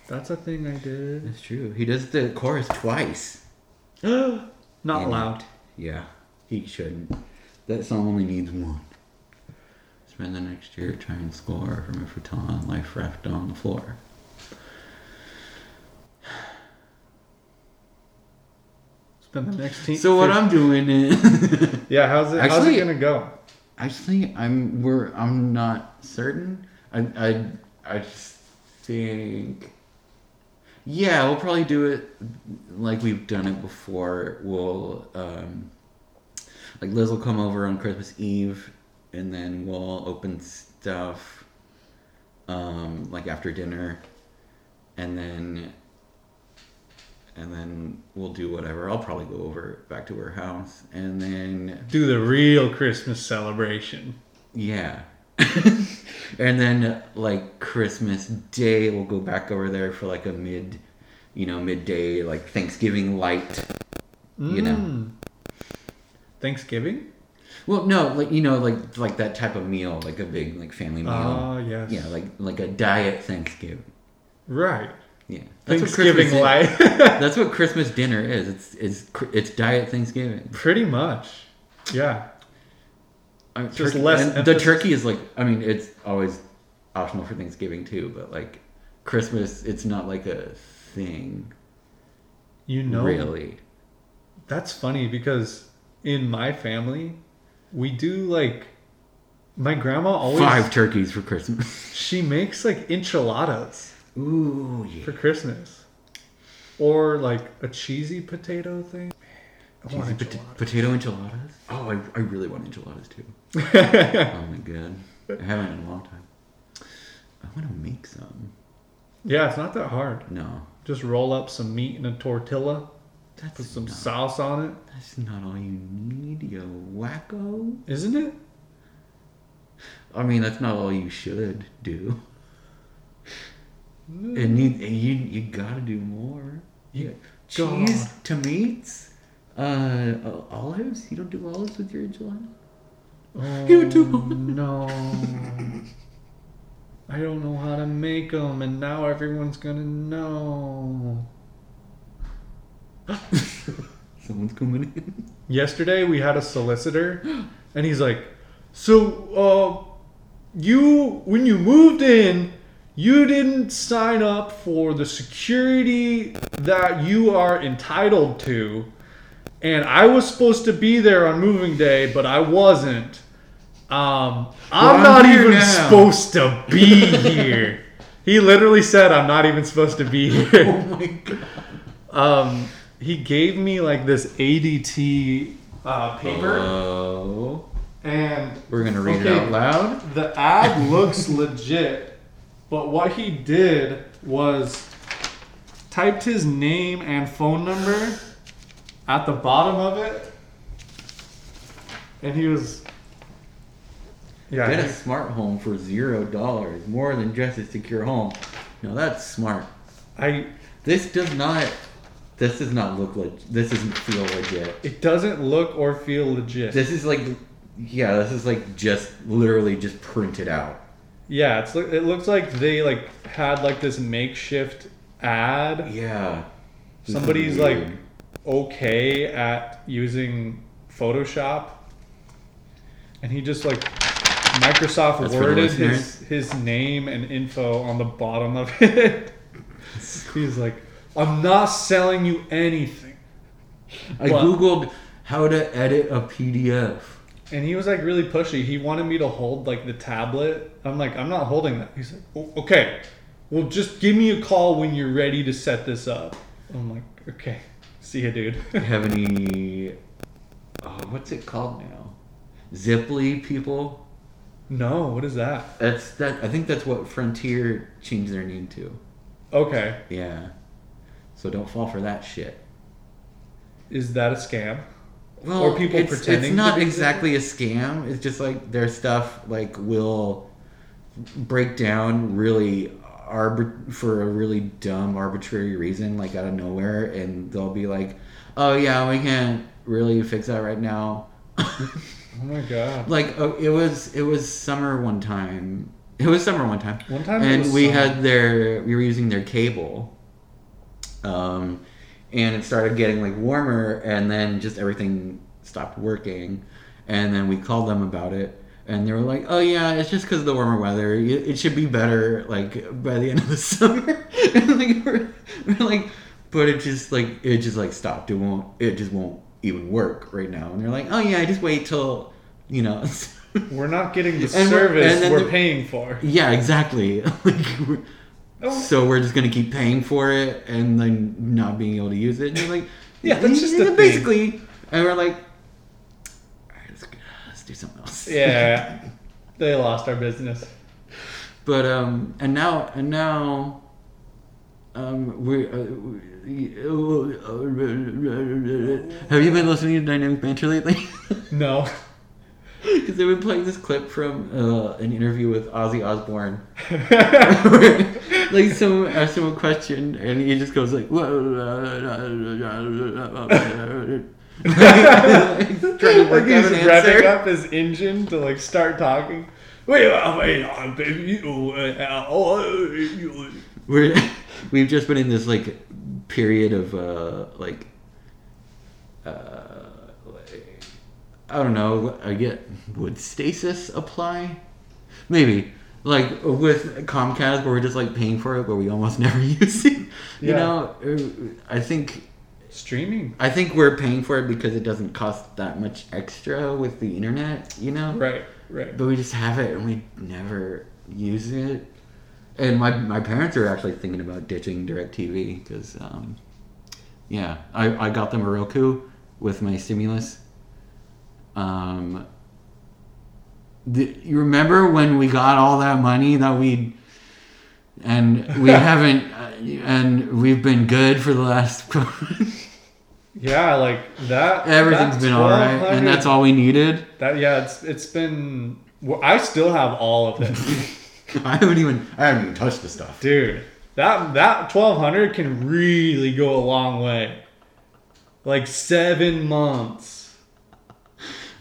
[SPEAKER 2] That's a thing I did.
[SPEAKER 1] That's true. He does the chorus twice.
[SPEAKER 2] Not
[SPEAKER 1] And-
[SPEAKER 2] loud.
[SPEAKER 1] Yeah, he shouldn't. That song only needs one. Spend the next year trying to score from a futon, life raft on the floor.
[SPEAKER 2] Spend the next team.
[SPEAKER 1] So what I'm doing is,
[SPEAKER 2] yeah, how's it? how's
[SPEAKER 1] Actually-
[SPEAKER 2] it gonna go?
[SPEAKER 1] actually, I'm we're I'm not certain. I I I just think, yeah, we'll probably do it like we've done it before. We'll um, like Liz will come over on Christmas Eve, and then we'll open stuff, um, like after dinner, and then and then we'll do whatever. I'll probably go over back to her house, and then
[SPEAKER 2] Do the real Christmas celebration.
[SPEAKER 1] yeah, and then like Christmas Day, we'll go back over there for like a mid, you know, midday like Thanksgiving light, you know.
[SPEAKER 2] Mm. Thanksgiving?
[SPEAKER 1] Well, no, like you know, like like that type of meal, like a big like family meal.
[SPEAKER 2] Ah, yes.
[SPEAKER 1] Yeah, like like a diet Thanksgiving.
[SPEAKER 2] Right.
[SPEAKER 1] Yeah, what
[SPEAKER 2] Thanksgiving
[SPEAKER 1] Christmas is.
[SPEAKER 2] light.
[SPEAKER 1] That's what Christmas dinner is. It's it's cr- it's diet Thanksgiving.
[SPEAKER 2] Pretty much. Yeah.
[SPEAKER 1] I mean,
[SPEAKER 2] Just
[SPEAKER 1] turkey-
[SPEAKER 2] less
[SPEAKER 1] and the
[SPEAKER 2] emphasis.
[SPEAKER 1] turkey is like I mean it's always optional for Thanksgiving too, but like Christmas, it's not like a thing
[SPEAKER 2] You know.
[SPEAKER 1] really.
[SPEAKER 2] That's funny because in my family, we do like my grandma always
[SPEAKER 1] Five turkeys for Christmas.
[SPEAKER 2] she makes like enchiladas
[SPEAKER 1] Ooh yeah.
[SPEAKER 2] for Christmas. Or like a cheesy potato thing. I want
[SPEAKER 1] Pot-
[SPEAKER 2] enchilada.
[SPEAKER 1] potato enchiladas. Oh, I, I really want enchiladas too. oh my god, I haven't in a long time. I want to make some.
[SPEAKER 2] yeah, it's not that hard.
[SPEAKER 1] No,
[SPEAKER 2] Just roll up some meat in a tortilla,
[SPEAKER 1] that's
[SPEAKER 2] put some
[SPEAKER 1] not,
[SPEAKER 2] sauce on it.
[SPEAKER 1] that's not all you need, you wacko.
[SPEAKER 2] Isn't it?
[SPEAKER 1] I mean, that's not all you should do. It need you you gotta do more.
[SPEAKER 2] You
[SPEAKER 1] Cheese, tomatoes, uh, o- olives. You don't do olives with your enchilada.
[SPEAKER 2] Oh,
[SPEAKER 1] You do.
[SPEAKER 2] No. I don't know how to make them, and now everyone's gonna know.
[SPEAKER 1] Someone's coming in.
[SPEAKER 2] Yesterday we had a solicitor, and he's like, "So, uh, you when you moved in, you didn't sign up for the security that you are entitled to, and I was supposed to be there on moving day, but I wasn't. Um, I'm
[SPEAKER 1] I'm
[SPEAKER 2] not
[SPEAKER 1] here
[SPEAKER 2] even
[SPEAKER 1] now."
[SPEAKER 2] supposed to be here." he literally said, "I'm not even supposed to be here."
[SPEAKER 1] Oh my god.
[SPEAKER 2] um, he gave me like this ADT uh, paper,
[SPEAKER 1] Oh,
[SPEAKER 2] and
[SPEAKER 1] we're gonna read it
[SPEAKER 2] Okay.
[SPEAKER 1] out loud.
[SPEAKER 2] the ad looks legit. But what he did was typed his name and phone number at the bottom of it, and he was. Yeah,
[SPEAKER 1] Get a
[SPEAKER 2] he-
[SPEAKER 1] smart home for zero dollars. More than just a secure home. Now that's smart.
[SPEAKER 2] I.
[SPEAKER 1] This does not. This does not look legit. This doesn't feel legit.
[SPEAKER 2] It doesn't look or feel legit.
[SPEAKER 1] This is like, yeah, this is like just literally just printed out.
[SPEAKER 2] yeah, it's li- it looks like they like had like this makeshift ad
[SPEAKER 1] Yeah. This is
[SPEAKER 2] somebody's like
[SPEAKER 1] weird.
[SPEAKER 2] okay at using Photoshop, and he just like Microsoft
[SPEAKER 1] That's for the
[SPEAKER 2] worded his
[SPEAKER 1] listeners.
[SPEAKER 2] his name and info on the bottom of it. He's like, I'm not selling you anything,
[SPEAKER 1] I
[SPEAKER 2] Well-
[SPEAKER 1] googled how to edit a PDF.
[SPEAKER 2] and he was like really pushy. He wanted me to hold like the tablet. I'm like, I'm not holding that. He's like, "O- okay, well just give me a call when you're ready to set this up. I'm like, okay, see ya, dude.
[SPEAKER 1] Have any? Oh, what's it called now? Ziply people.
[SPEAKER 2] no, what is that?
[SPEAKER 1] That's that. I think that's what Frontier changed their name to.
[SPEAKER 2] Okay.
[SPEAKER 1] Yeah. So don't fall for that shit.
[SPEAKER 2] Is that a scam?
[SPEAKER 1] Well,
[SPEAKER 2] Or people
[SPEAKER 1] it's,
[SPEAKER 2] pretending to
[SPEAKER 1] It's not
[SPEAKER 2] be
[SPEAKER 1] exactly a scam. It's just like their stuff like will break down really arbit- for a really dumb arbitrary reason like out of nowhere and they'll be like, "Oh yeah, we can't really fix that right now."
[SPEAKER 2] Oh my god.
[SPEAKER 1] like oh, it was it was summer one time. It was summer one time.
[SPEAKER 2] One time it
[SPEAKER 1] and
[SPEAKER 2] was uh,
[SPEAKER 1] we
[SPEAKER 2] summer.
[SPEAKER 1] had their we were using their cable. Um, and it started getting like warmer, and then just everything stopped working, and then we called them about it, and they were like, "Oh yeah, it's just because of the warmer weather. You- It should be better like by the end of the summer." and like we're, we're like, but it just like it just like stopped. It won't. It just won't even work right now. And they're like, "Oh yeah, just wait till you know."
[SPEAKER 2] We're not getting the
[SPEAKER 1] And we're-
[SPEAKER 2] service
[SPEAKER 1] and then
[SPEAKER 2] we're
[SPEAKER 1] the-
[SPEAKER 2] paying for.
[SPEAKER 1] Yeah, exactly. like, we're-
[SPEAKER 2] Oh.
[SPEAKER 1] so we're just gonna keep paying for it and then not being able to use it. And you're like,
[SPEAKER 2] Yeah, that's just the thing.
[SPEAKER 1] basically. And we're like, all right, let's, let's do something else.
[SPEAKER 2] Yeah. they lost our business.
[SPEAKER 1] But um, and now and now, Um, we, uh, we- have you been listening to Dynamic Banter lately?
[SPEAKER 2] No.
[SPEAKER 1] Because they've been playing this clip from uh, an interview with Ozzy Osbourne. like someone asked him a question, and he just goes like, trying to work
[SPEAKER 2] like he's
[SPEAKER 1] out an
[SPEAKER 2] revving
[SPEAKER 1] answer.
[SPEAKER 2] up his engine to like start talking. Wait, uh, wait, uh, baby, you, uh, oh, uh, you-
[SPEAKER 1] We're we've just been in this like period of uh, like uh, like, I don't know. I get would stasis apply? Maybe like with Comcast, where we're just like paying for it, but we almost never use it. You
[SPEAKER 2] Yeah.
[SPEAKER 1] know, Uh, I think
[SPEAKER 2] Streaming.
[SPEAKER 1] I think we're paying for it because it doesn't cost that much extra with the internet. You know,
[SPEAKER 2] Right, right.
[SPEAKER 1] but we just have it and we never use it. And my my parents are actually thinking about ditching DirecTV because, um, yeah, I, I got them a Roku with my stimulus. Um, the, you remember when we got all that money that we and we haven't uh, and we've been good for the last
[SPEAKER 2] Yeah, like that.
[SPEAKER 1] everything's
[SPEAKER 2] that
[SPEAKER 1] been all right and
[SPEAKER 2] 1200
[SPEAKER 1] that's all we needed
[SPEAKER 2] That yeah, it's it's been. well, I still have all of it,
[SPEAKER 1] i haven't even
[SPEAKER 3] I haven't even touched the stuff.
[SPEAKER 2] dude. That that twelve hundred can really go a long way. Like seven months.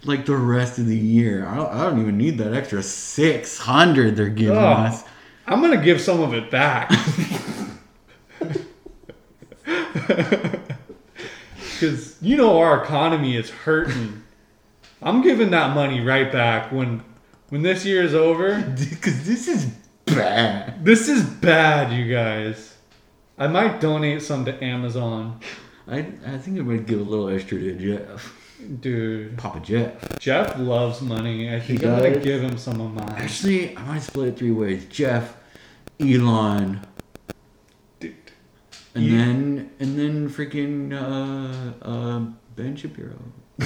[SPEAKER 1] like the rest of the year. I don't, I don't even need that extra 600 they're giving
[SPEAKER 2] Ugh.
[SPEAKER 1] us.
[SPEAKER 2] Oh, I'm gonna give some of it back. Because you know our economy is hurting. I'm giving that money right back when when this year is over.
[SPEAKER 1] Because this is bad.
[SPEAKER 2] This is bad, you guys. I might donate some to Amazon,
[SPEAKER 1] I, I think I might give a little extra to Jeff.
[SPEAKER 2] dude.
[SPEAKER 1] Papa Jeff.
[SPEAKER 2] Jeff loves money. I think
[SPEAKER 1] He
[SPEAKER 2] I'm gonna
[SPEAKER 1] does.
[SPEAKER 2] give him some of mine.
[SPEAKER 1] Actually, I might split it three ways Jeff, Elon,
[SPEAKER 2] Dude.
[SPEAKER 1] and
[SPEAKER 2] Yeah.
[SPEAKER 1] then and then freaking uh, uh, Ben Shapiro.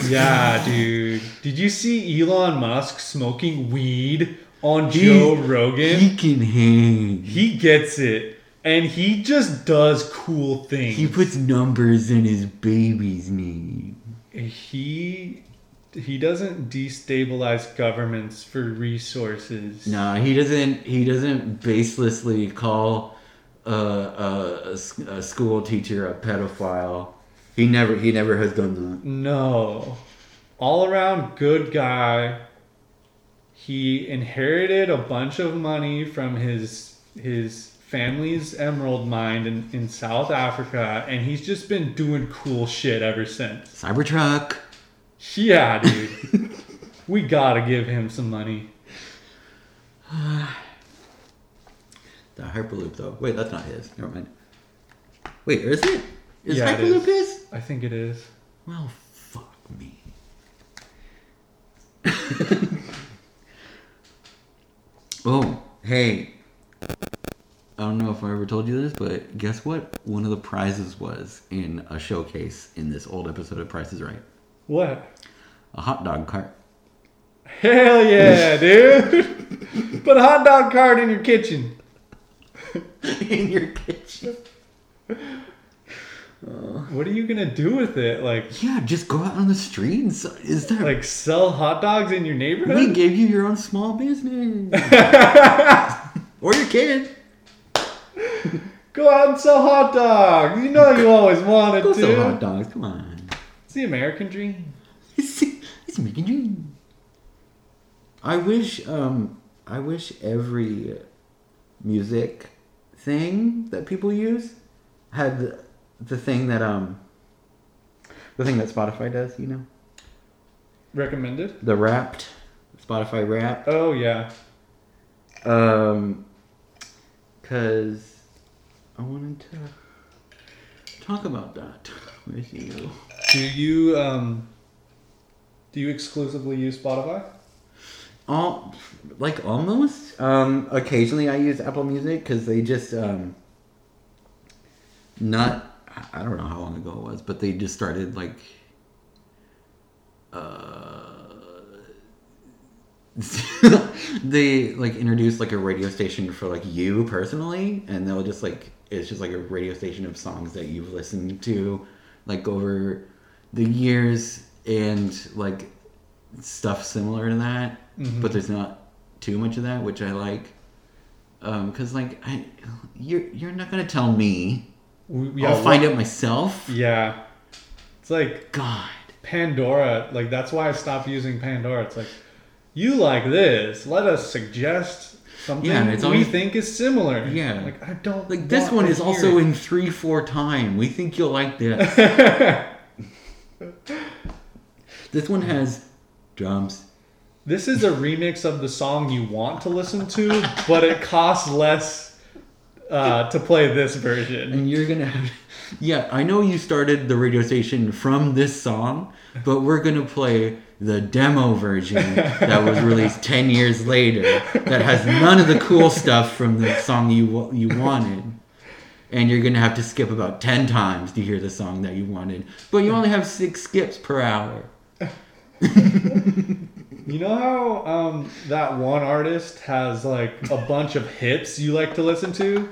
[SPEAKER 2] Yeah, dude. Did you see Elon Musk smoking weed on
[SPEAKER 1] He-
[SPEAKER 2] Joe Rogan?
[SPEAKER 1] He can hang. He,
[SPEAKER 2] He gets it, and he just does cool things.
[SPEAKER 1] he puts numbers in his baby's name.
[SPEAKER 2] he he doesn't destabilize governments for resources.
[SPEAKER 1] No, he doesn't. He doesn't baselessly call uh, a, a s- a school teacher a pedophile. He never. He never has done
[SPEAKER 2] No. All around good guy. He inherited a bunch of money from his his family's emerald mine in, in South Africa and he's just been doing cool shit ever since.
[SPEAKER 1] that. Cybertruck.
[SPEAKER 2] Yeah, dude. we gotta give him some money.
[SPEAKER 1] The Hyperloop, though. Wait, that's not his. Never mind. Wait, is it? Is
[SPEAKER 2] Yeah, it
[SPEAKER 1] Hyperloop
[SPEAKER 2] is.
[SPEAKER 1] his?
[SPEAKER 2] I think it is.
[SPEAKER 1] Well, fuck me. oh, hey. I don't know if I ever told you this, but guess what? One of the prizes was in a showcase in this old episode of Price is Right
[SPEAKER 2] What?
[SPEAKER 1] a hot dog cart.
[SPEAKER 2] Hell yeah, dude. Put a hot dog cart in your kitchen.
[SPEAKER 1] in your kitchen.
[SPEAKER 2] What are you gonna do with it? Like
[SPEAKER 1] Yeah, just go out on the street and so, is there.
[SPEAKER 2] like uh, sell hot dogs in your
[SPEAKER 1] we
[SPEAKER 2] neighborhood?
[SPEAKER 1] gave you your own small business. or your kid.
[SPEAKER 2] Go out and sell hot dogs. You know you always wanted
[SPEAKER 1] Go sell hot
[SPEAKER 2] to.
[SPEAKER 1] dogs. Come on.
[SPEAKER 2] It's the American dream.
[SPEAKER 1] It's, it's making you. I wish, um, I wish every music thing that people use had the, the thing that, um, the thing that Spotify does, you know?
[SPEAKER 2] Recommended?
[SPEAKER 1] The wrapped, Spotify wrapped.
[SPEAKER 2] Oh yeah.
[SPEAKER 1] Um, cause I wanted to talk about that with you.
[SPEAKER 2] Do you um do you exclusively use Spotify?
[SPEAKER 1] All, like almost. Um, occasionally I use Apple Music because they just um, not. I- I don't know how long ago it was, but they just started like. Uh, they like introduced like a radio station for like you personally, and they'll just like it's just like a radio station of songs that you've listened to like over the years and like stuff similar to that but there's not too much of that which i like um because like i you're you're not gonna tell me
[SPEAKER 2] We,
[SPEAKER 1] i'll find it myself
[SPEAKER 2] Yeah. It's like
[SPEAKER 1] god
[SPEAKER 2] Pandora. Like, that's why I stopped using Pandora. It's like, you like this. Let us suggest something
[SPEAKER 1] Yeah, it's
[SPEAKER 2] we
[SPEAKER 1] always-
[SPEAKER 2] think is similar.
[SPEAKER 1] Yeah.
[SPEAKER 2] Like, I don't
[SPEAKER 1] like this
[SPEAKER 2] want
[SPEAKER 1] one
[SPEAKER 2] to
[SPEAKER 1] is
[SPEAKER 2] hear
[SPEAKER 1] also
[SPEAKER 2] it.
[SPEAKER 1] in three four time we think you'll like this This one has drums.
[SPEAKER 2] This is a remix of the song you want to listen to, but it costs less uh, to play this version.
[SPEAKER 1] And you're gonna have Yeah, I know you started the radio station from this song, but we're gonna play the demo version that was released ten years later that has none of the cool stuff from the song you wa- you wanted. And you're gonna have to skip about ten times to hear the song that you wanted. But you only have six skips per hour.
[SPEAKER 2] You know how um, that one artist has like a bunch of hits you like to listen to?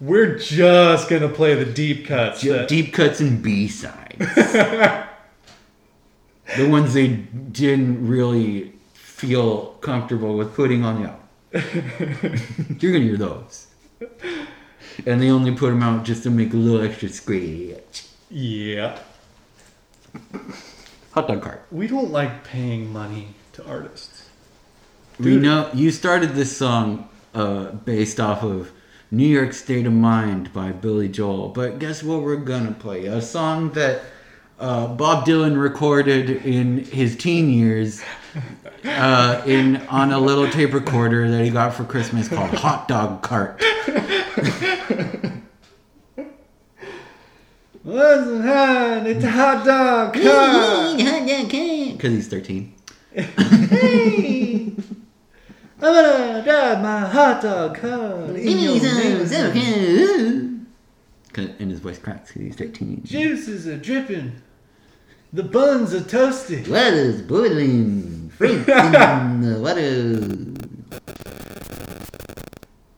[SPEAKER 2] We're just gonna play the deep cuts. that-
[SPEAKER 1] Deep cuts and B sides. the ones they didn't really feel comfortable with putting on the album. You're gonna hear those. And they only put them out just to make a little extra scratch.
[SPEAKER 2] yeah.
[SPEAKER 1] Hot dog cart.
[SPEAKER 2] We don't like paying money to artists.
[SPEAKER 1] We know you started this song uh, based off of New York State of Mind by Billy Joel, but guess what we're gonna play? A song that uh, Bob Dylan recorded in his teen years uh, in on a little tape recorder that he got for Christmas called Hot Dog Cart.
[SPEAKER 2] Listen, hon, it's a hot dog. huh?
[SPEAKER 1] Because he's 13.
[SPEAKER 2] I'm gonna drive my hot dog car in your neighborhood.
[SPEAKER 1] Cause, and his voice cracks 'cause he's 13.
[SPEAKER 2] Juices are dripping. The buns are toasted.
[SPEAKER 1] Water's boiling. Fruits in the water.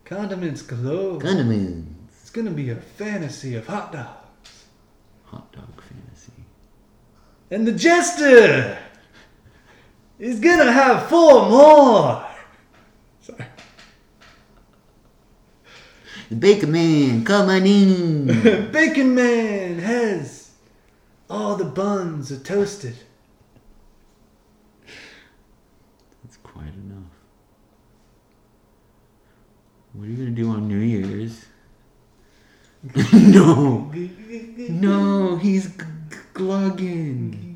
[SPEAKER 2] Condiments glow.
[SPEAKER 1] Condiments.
[SPEAKER 2] It's gonna be a fantasy of hot dog.
[SPEAKER 1] Hot dog fantasy.
[SPEAKER 2] And the jester is gonna have four more. Sorry.
[SPEAKER 1] The Baker Man, come on in.
[SPEAKER 2] Bacon man has all the buns are toasted.
[SPEAKER 1] That's quite enough. What are you gonna do on New Year's? no, no, he's g- g- glugging.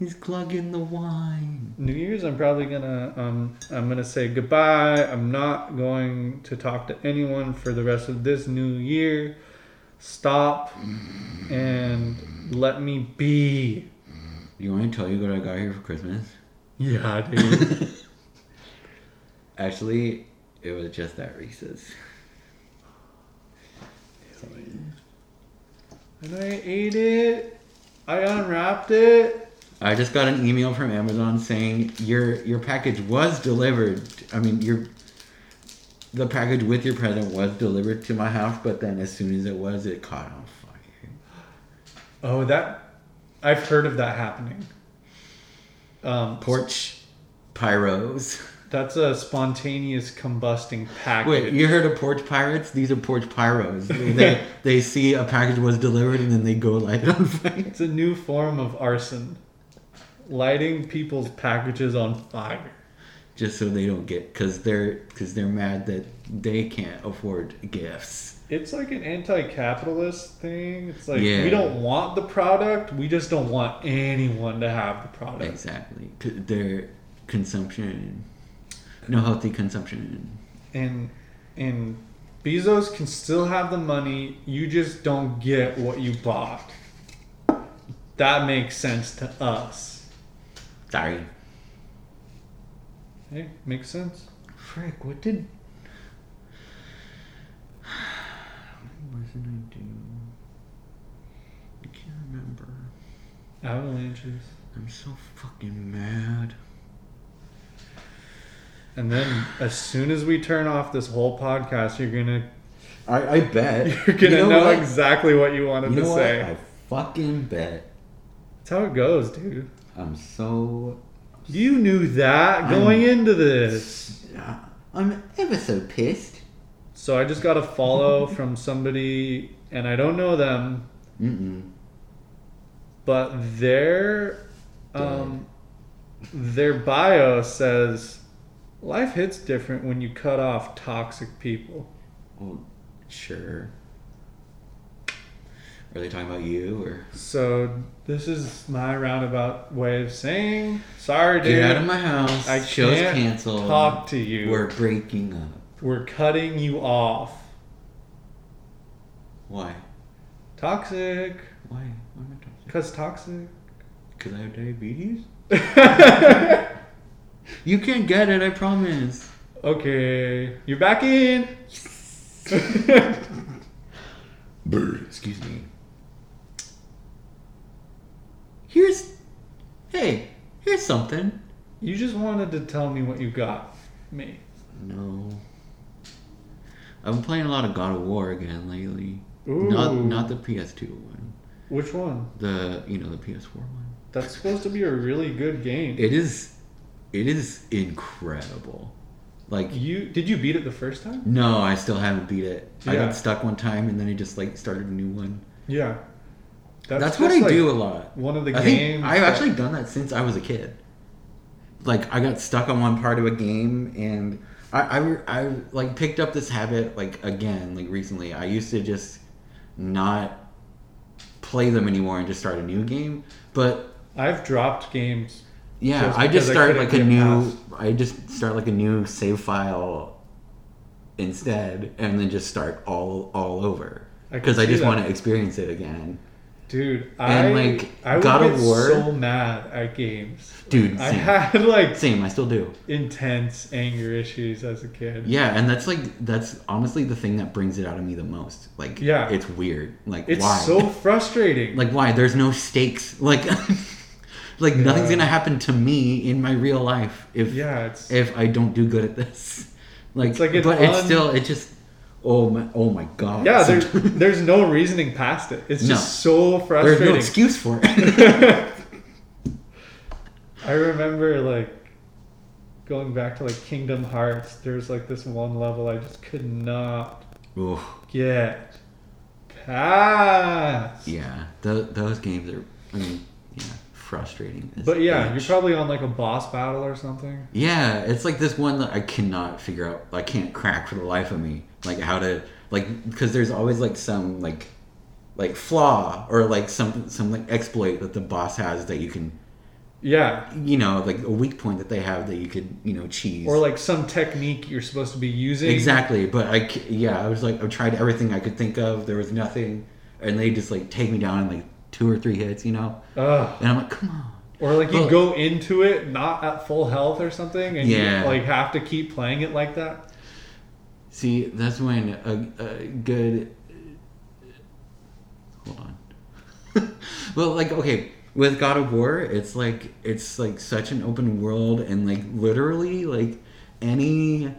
[SPEAKER 1] He's glugging the wine.
[SPEAKER 2] New Year's, I'm probably gonna um, I'm gonna say goodbye. I'm not going to talk to anyone for the rest of this new year. Stop and let me be.
[SPEAKER 1] You want me to tell you what I got here for Christmas?
[SPEAKER 2] Yeah, dude.
[SPEAKER 1] Actually, it was just that Reese's.
[SPEAKER 2] and I ate it. I unwrapped it.
[SPEAKER 1] I just got an email from Amazon saying your your package was delivered. I mean your the package with your present was delivered to my house, but then as soon as it was, it caught on fire.
[SPEAKER 2] Oh, that I've heard of that happening. Um,
[SPEAKER 1] Porch pyros.
[SPEAKER 2] that's a spontaneous combusting package.
[SPEAKER 1] Wait, you heard of porch pirates? These are porch pyros. They they see a package was delivered and then they go light it on fire.
[SPEAKER 2] It's a new form of arson. Lighting people's packages on fire.
[SPEAKER 1] Just so they don't get cause they're cause they're mad that they can't afford gifts.
[SPEAKER 2] It's like an anti-capitalist thing. It's like
[SPEAKER 1] Yeah.
[SPEAKER 2] we don't want the product. We just don't want anyone to have the product.
[SPEAKER 1] Exactly. C- Their consumption. No healthy consumption.
[SPEAKER 2] And and Bezos can still have the money. You just don't get what you bought. That makes sense to us.
[SPEAKER 1] Sorry.
[SPEAKER 2] Hey, makes sense.
[SPEAKER 1] Frick, what did. What did I do? I can't remember.
[SPEAKER 2] Avalanches.
[SPEAKER 1] I'm so fucking mad.
[SPEAKER 2] And then as soon as we turn off this whole podcast, you're gonna
[SPEAKER 1] I, I bet.
[SPEAKER 2] You're gonna
[SPEAKER 1] You
[SPEAKER 2] know,
[SPEAKER 1] what?
[SPEAKER 2] exactly what you wanted
[SPEAKER 1] You
[SPEAKER 2] to
[SPEAKER 1] know what?
[SPEAKER 2] say.
[SPEAKER 1] I fucking bet.
[SPEAKER 2] That's how it goes, dude.
[SPEAKER 1] I'm so.
[SPEAKER 2] You knew that going into this.
[SPEAKER 1] I'm ever so pissed.
[SPEAKER 2] So I just got a follow from somebody, and I don't know them,
[SPEAKER 1] Mm-mm.
[SPEAKER 2] but their um, their bio says life hits different when you cut off toxic people.
[SPEAKER 1] Well, sure. Are they talking about you or?
[SPEAKER 2] So this is my roundabout way of saying sorry, dude.
[SPEAKER 1] Get out of my house.
[SPEAKER 2] I
[SPEAKER 1] Show's
[SPEAKER 2] can't
[SPEAKER 1] canceled.
[SPEAKER 2] talk to you.
[SPEAKER 1] We're breaking up.
[SPEAKER 2] We're cutting you off.
[SPEAKER 1] Why?
[SPEAKER 2] Toxic,
[SPEAKER 1] Why? Why am I talking?
[SPEAKER 2] cause toxic.
[SPEAKER 1] Because I have diabetes? You can't get it, I promise.
[SPEAKER 2] okay, you're back in.
[SPEAKER 1] Brr, excuse me. Here's. Hey, here's something.
[SPEAKER 2] you just wanted to tell me what you got me.
[SPEAKER 1] No. I've been playing a lot of God of War again lately. Not
[SPEAKER 2] Ooh.
[SPEAKER 1] not the PS2 one.
[SPEAKER 2] Which one?
[SPEAKER 1] The you know the PS4 one.
[SPEAKER 2] That's supposed to be a really good game.
[SPEAKER 1] It is, it is incredible. Like
[SPEAKER 2] you did you beat it the first time?
[SPEAKER 1] no, I still haven't beat it. I
[SPEAKER 2] Yeah.
[SPEAKER 1] got stuck one time and then it just like started a new one.
[SPEAKER 2] Yeah.
[SPEAKER 1] That's, what I
[SPEAKER 2] just, like,
[SPEAKER 1] do a lot.
[SPEAKER 2] One of the
[SPEAKER 1] I
[SPEAKER 2] games.
[SPEAKER 1] think I've
[SPEAKER 2] that-
[SPEAKER 1] actually done that since I was a kid. Like I got stuck on one part of a game, and I, I, I like picked up this habit like again like recently. I used to just not play them anymore and just start a new game. But
[SPEAKER 2] I've dropped games.
[SPEAKER 1] yeah,
[SPEAKER 2] Just
[SPEAKER 1] I just
[SPEAKER 2] because I
[SPEAKER 1] start
[SPEAKER 2] couldn't
[SPEAKER 1] like a
[SPEAKER 2] get
[SPEAKER 1] new.
[SPEAKER 2] past-
[SPEAKER 1] I just start like a new save file instead, and then just start all all over
[SPEAKER 2] I can
[SPEAKER 1] because I,
[SPEAKER 2] see
[SPEAKER 1] just
[SPEAKER 2] that.
[SPEAKER 1] want to experience it again,
[SPEAKER 2] Dude, I
[SPEAKER 1] And, like,
[SPEAKER 2] I would
[SPEAKER 1] God of
[SPEAKER 2] get
[SPEAKER 1] War-
[SPEAKER 2] so mad at games.
[SPEAKER 1] dude.
[SPEAKER 2] I
[SPEAKER 1] same.
[SPEAKER 2] had like
[SPEAKER 1] same. I still do.
[SPEAKER 2] intense anger issues as a kid.
[SPEAKER 1] Yeah, and that's like that's honestly the thing that brings it out of me the most. Like,
[SPEAKER 2] Yeah.
[SPEAKER 1] it's weird. Like,
[SPEAKER 2] It's
[SPEAKER 1] why?
[SPEAKER 2] so frustrating.
[SPEAKER 1] like why? There's no stakes. Like, like nothing's
[SPEAKER 2] Yeah.
[SPEAKER 1] gonna happen to me in my real life if
[SPEAKER 2] yeah, it's
[SPEAKER 1] if I don't do good at this. Like,
[SPEAKER 2] It's like an
[SPEAKER 1] but it's
[SPEAKER 2] un-
[SPEAKER 1] still it just oh my oh my god.
[SPEAKER 2] yeah. There's
[SPEAKER 1] Sometimes-
[SPEAKER 2] there's no reasoning past it. It's just so
[SPEAKER 1] there's no
[SPEAKER 2] frustrating.
[SPEAKER 1] excuse for it.
[SPEAKER 2] I remember like going back to like Kingdom Hearts. There's like this one level I just could not
[SPEAKER 1] Oof,
[SPEAKER 2] get past.
[SPEAKER 1] yeah, Tho- those games are. I mean, yeah, frustrating. as
[SPEAKER 2] But yeah, you're
[SPEAKER 1] bitch.
[SPEAKER 2] probably on like a boss battle or something.
[SPEAKER 1] Yeah, it's like this one that I cannot figure out. I can't crack for the life of me. Like how to like because there's always like some like like flaw or like some some like exploit that the boss has that you can
[SPEAKER 2] Yeah,
[SPEAKER 1] you know like a weak point that they have that you could you know cheese
[SPEAKER 2] or like some technique you're supposed to be using.
[SPEAKER 1] exactly. But I c- yeah, I was like I've tried everything I could think of. There was nothing, and they just like take me down in like two or three hits, you know.
[SPEAKER 2] Ugh.
[SPEAKER 1] And I'm like, come on.
[SPEAKER 2] Or like you
[SPEAKER 1] Well-
[SPEAKER 2] go into it not at full health or something, and
[SPEAKER 1] Yeah.
[SPEAKER 2] you like have to keep playing it like that.
[SPEAKER 1] See, that's when a, a good. Hold on. well, like okay, with God of War, it's like it's like such an open world, and like literally, like any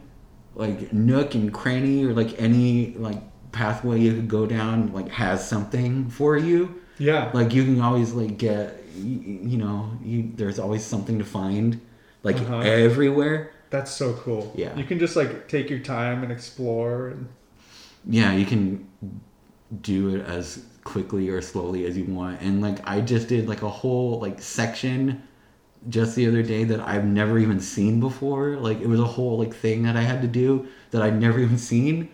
[SPEAKER 1] like nook and cranny or like any like pathway you could go down like has something for you.
[SPEAKER 2] Yeah,
[SPEAKER 1] Like you can always like get you, you know you there's always something to find like
[SPEAKER 2] Uh-huh.
[SPEAKER 1] everywhere.
[SPEAKER 2] that's so cool.
[SPEAKER 1] Yeah.
[SPEAKER 2] you can just like take your time and explore. And
[SPEAKER 1] yeah you can do it as quickly or slowly as you want and like i just did like a whole like section just the other day that i've never even seen before like it was a whole like thing that i had to do that i'd never even seen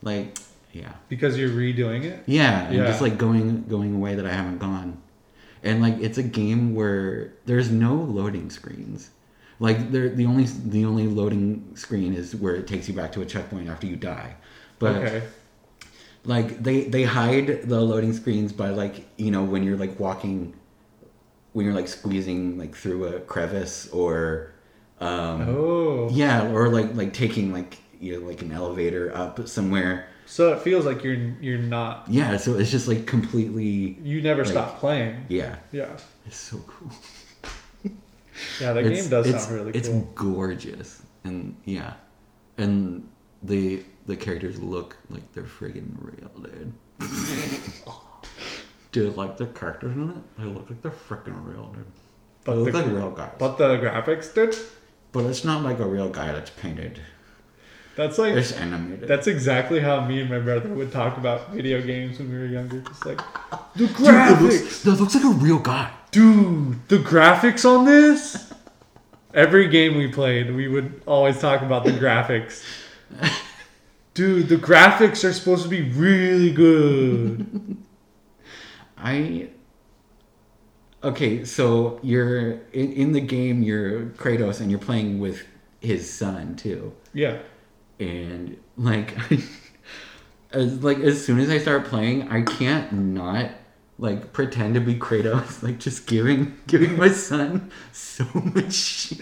[SPEAKER 1] like yeah
[SPEAKER 2] because you're redoing it.
[SPEAKER 1] yeah, and
[SPEAKER 2] Yeah.
[SPEAKER 1] just like going going away that I haven't gone. And like it's a game where there's no loading screens. Like there the only the only loading screen is where it takes you back to a checkpoint after you die. But
[SPEAKER 2] Okay.
[SPEAKER 1] like they they hide the loading screens by like, you know, when you're like walking when you're like squeezing like through a crevice or um
[SPEAKER 2] Oh.
[SPEAKER 1] yeah, or like like taking like you know like an elevator up somewhere.
[SPEAKER 2] So it feels like you're you're not
[SPEAKER 1] Yeah, so it's just like completely
[SPEAKER 2] you never
[SPEAKER 1] Like-
[SPEAKER 2] stop playing.
[SPEAKER 1] yeah.
[SPEAKER 2] Yeah.
[SPEAKER 1] It's so cool.
[SPEAKER 2] Yeah, that
[SPEAKER 1] It's-
[SPEAKER 2] game does
[SPEAKER 1] it's,
[SPEAKER 2] sound really
[SPEAKER 1] it's
[SPEAKER 2] cool.
[SPEAKER 1] gorgeous. And yeah. And the the characters look like they're friggin' real, dude. dude, like the characters in it, they look like they're freaking real, dude.
[SPEAKER 2] But
[SPEAKER 1] they look
[SPEAKER 2] the-
[SPEAKER 1] like real guys. But,
[SPEAKER 2] But the graphics, dude,
[SPEAKER 1] it's not like a real guy that's painted.
[SPEAKER 2] that's like
[SPEAKER 1] It's animated.
[SPEAKER 2] That's exactly how me and my brother would talk about video games when we were younger. Just like the graphics,
[SPEAKER 1] that looks like a real guy.
[SPEAKER 2] dude. The graphics on this. Every game we played, we would always talk about the graphics. Dude, the graphics are supposed to be really good.
[SPEAKER 1] I okay, so you're in, in the game. You're Kratos, and you're playing with his son too.
[SPEAKER 2] Yeah.
[SPEAKER 1] And like, as, like as soon as I start playing, I can't not like pretend to be Kratos. Like just giving giving my son so much shit.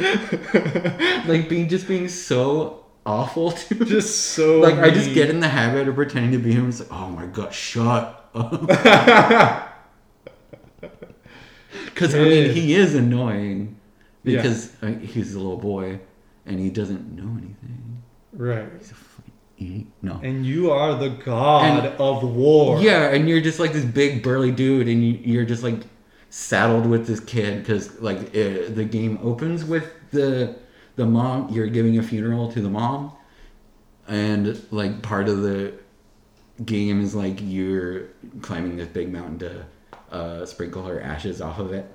[SPEAKER 1] like being just being so awful to him.
[SPEAKER 2] Just so
[SPEAKER 1] Like I just get
[SPEAKER 2] it.
[SPEAKER 1] in the habit of pretending to be him. It's like, oh my god, shut up. Because I mean,
[SPEAKER 2] Yeah.
[SPEAKER 1] he is annoying
[SPEAKER 2] Yeah.
[SPEAKER 1] because I mean, he's a little boy and he doesn't know anything.
[SPEAKER 2] right.
[SPEAKER 1] He's a fucking idiot. No.
[SPEAKER 2] And you are the god
[SPEAKER 1] And-
[SPEAKER 2] of war.
[SPEAKER 1] yeah, and you're just like this big burly dude, and you, you're just like saddled with this kid because like uh the game opens with the the mom. You're giving a funeral to the mom, and like part of the game is like you're climbing this big mountain to uh, sprinkle her ashes off of it,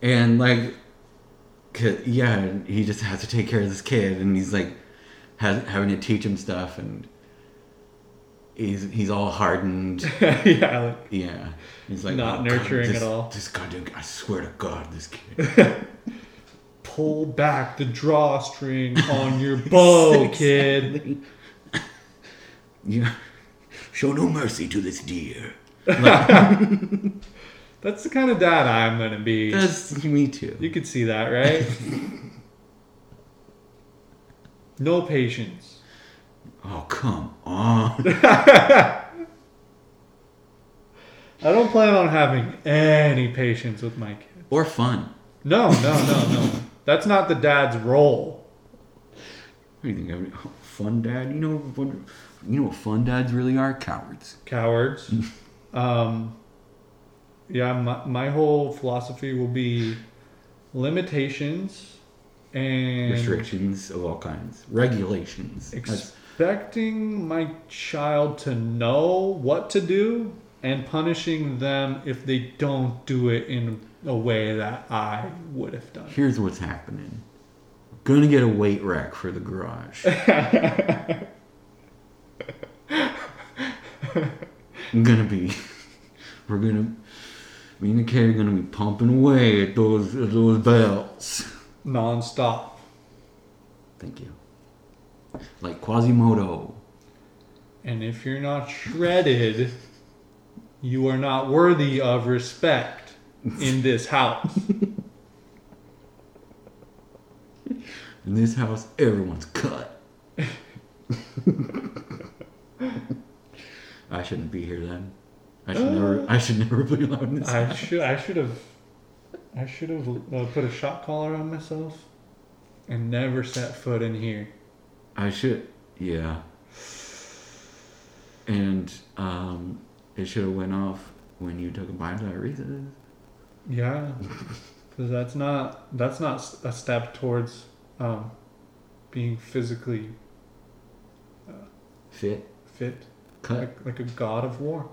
[SPEAKER 1] and like, 'cause- yeah, and he just has to take care of this kid, and he's like has, having to teach him stuff, and he's he's all hardened.
[SPEAKER 2] yeah. Like,
[SPEAKER 1] Yeah. He's like
[SPEAKER 2] Not
[SPEAKER 1] "Oh,
[SPEAKER 2] nurturing
[SPEAKER 1] God, this-
[SPEAKER 2] at all."
[SPEAKER 1] This goddamn I swear to God, this kid.
[SPEAKER 2] pull back the drawstring on your bow, kid.
[SPEAKER 1] Exactly. yeah.
[SPEAKER 3] Show no mercy to this deer.
[SPEAKER 2] That's the kind of dad I'm gonna be.
[SPEAKER 1] That's me too.
[SPEAKER 2] you could see that, right? no patience.
[SPEAKER 1] Oh come on.
[SPEAKER 2] I don't plan on having any patience with my kid.
[SPEAKER 1] or fun.
[SPEAKER 2] No, no, no, no. That's not the dad's role.
[SPEAKER 1] What do you think? I'm- oh, Fun dad? You know what you know what fun dads really are? Cowards.
[SPEAKER 2] Cowards. Um, yeah, my, my whole philosophy will be limitations and
[SPEAKER 1] Restrictions of all kinds. Regulations. That's-
[SPEAKER 2] expecting my child to know what to do and punishing them if they don't do it in a way that I would have done.
[SPEAKER 1] here's what's happening. Gonna get a weight rack for the garage. I'm gonna be. We're gonna. Me and the kid are gonna be pumping away at those at those belts.
[SPEAKER 2] Nonstop.
[SPEAKER 1] Thank you. Like Quasimodo.
[SPEAKER 2] And if you're not shredded, you are not worthy of respect in this house.
[SPEAKER 1] In this house, everyone's cut. I shouldn't be here then. I should never. I should never be allowed in this.
[SPEAKER 2] I
[SPEAKER 1] house.
[SPEAKER 2] should I should have I should have uh, put a shot collar on myself and never set foot in here.
[SPEAKER 1] I should, yeah. And um, it should have went off when you took a bite of that Reese's.
[SPEAKER 2] Yeah, because that's not that's not s- a step towards um, being physically
[SPEAKER 1] Fit,
[SPEAKER 2] fit,
[SPEAKER 1] cut,
[SPEAKER 2] like, like a god of war.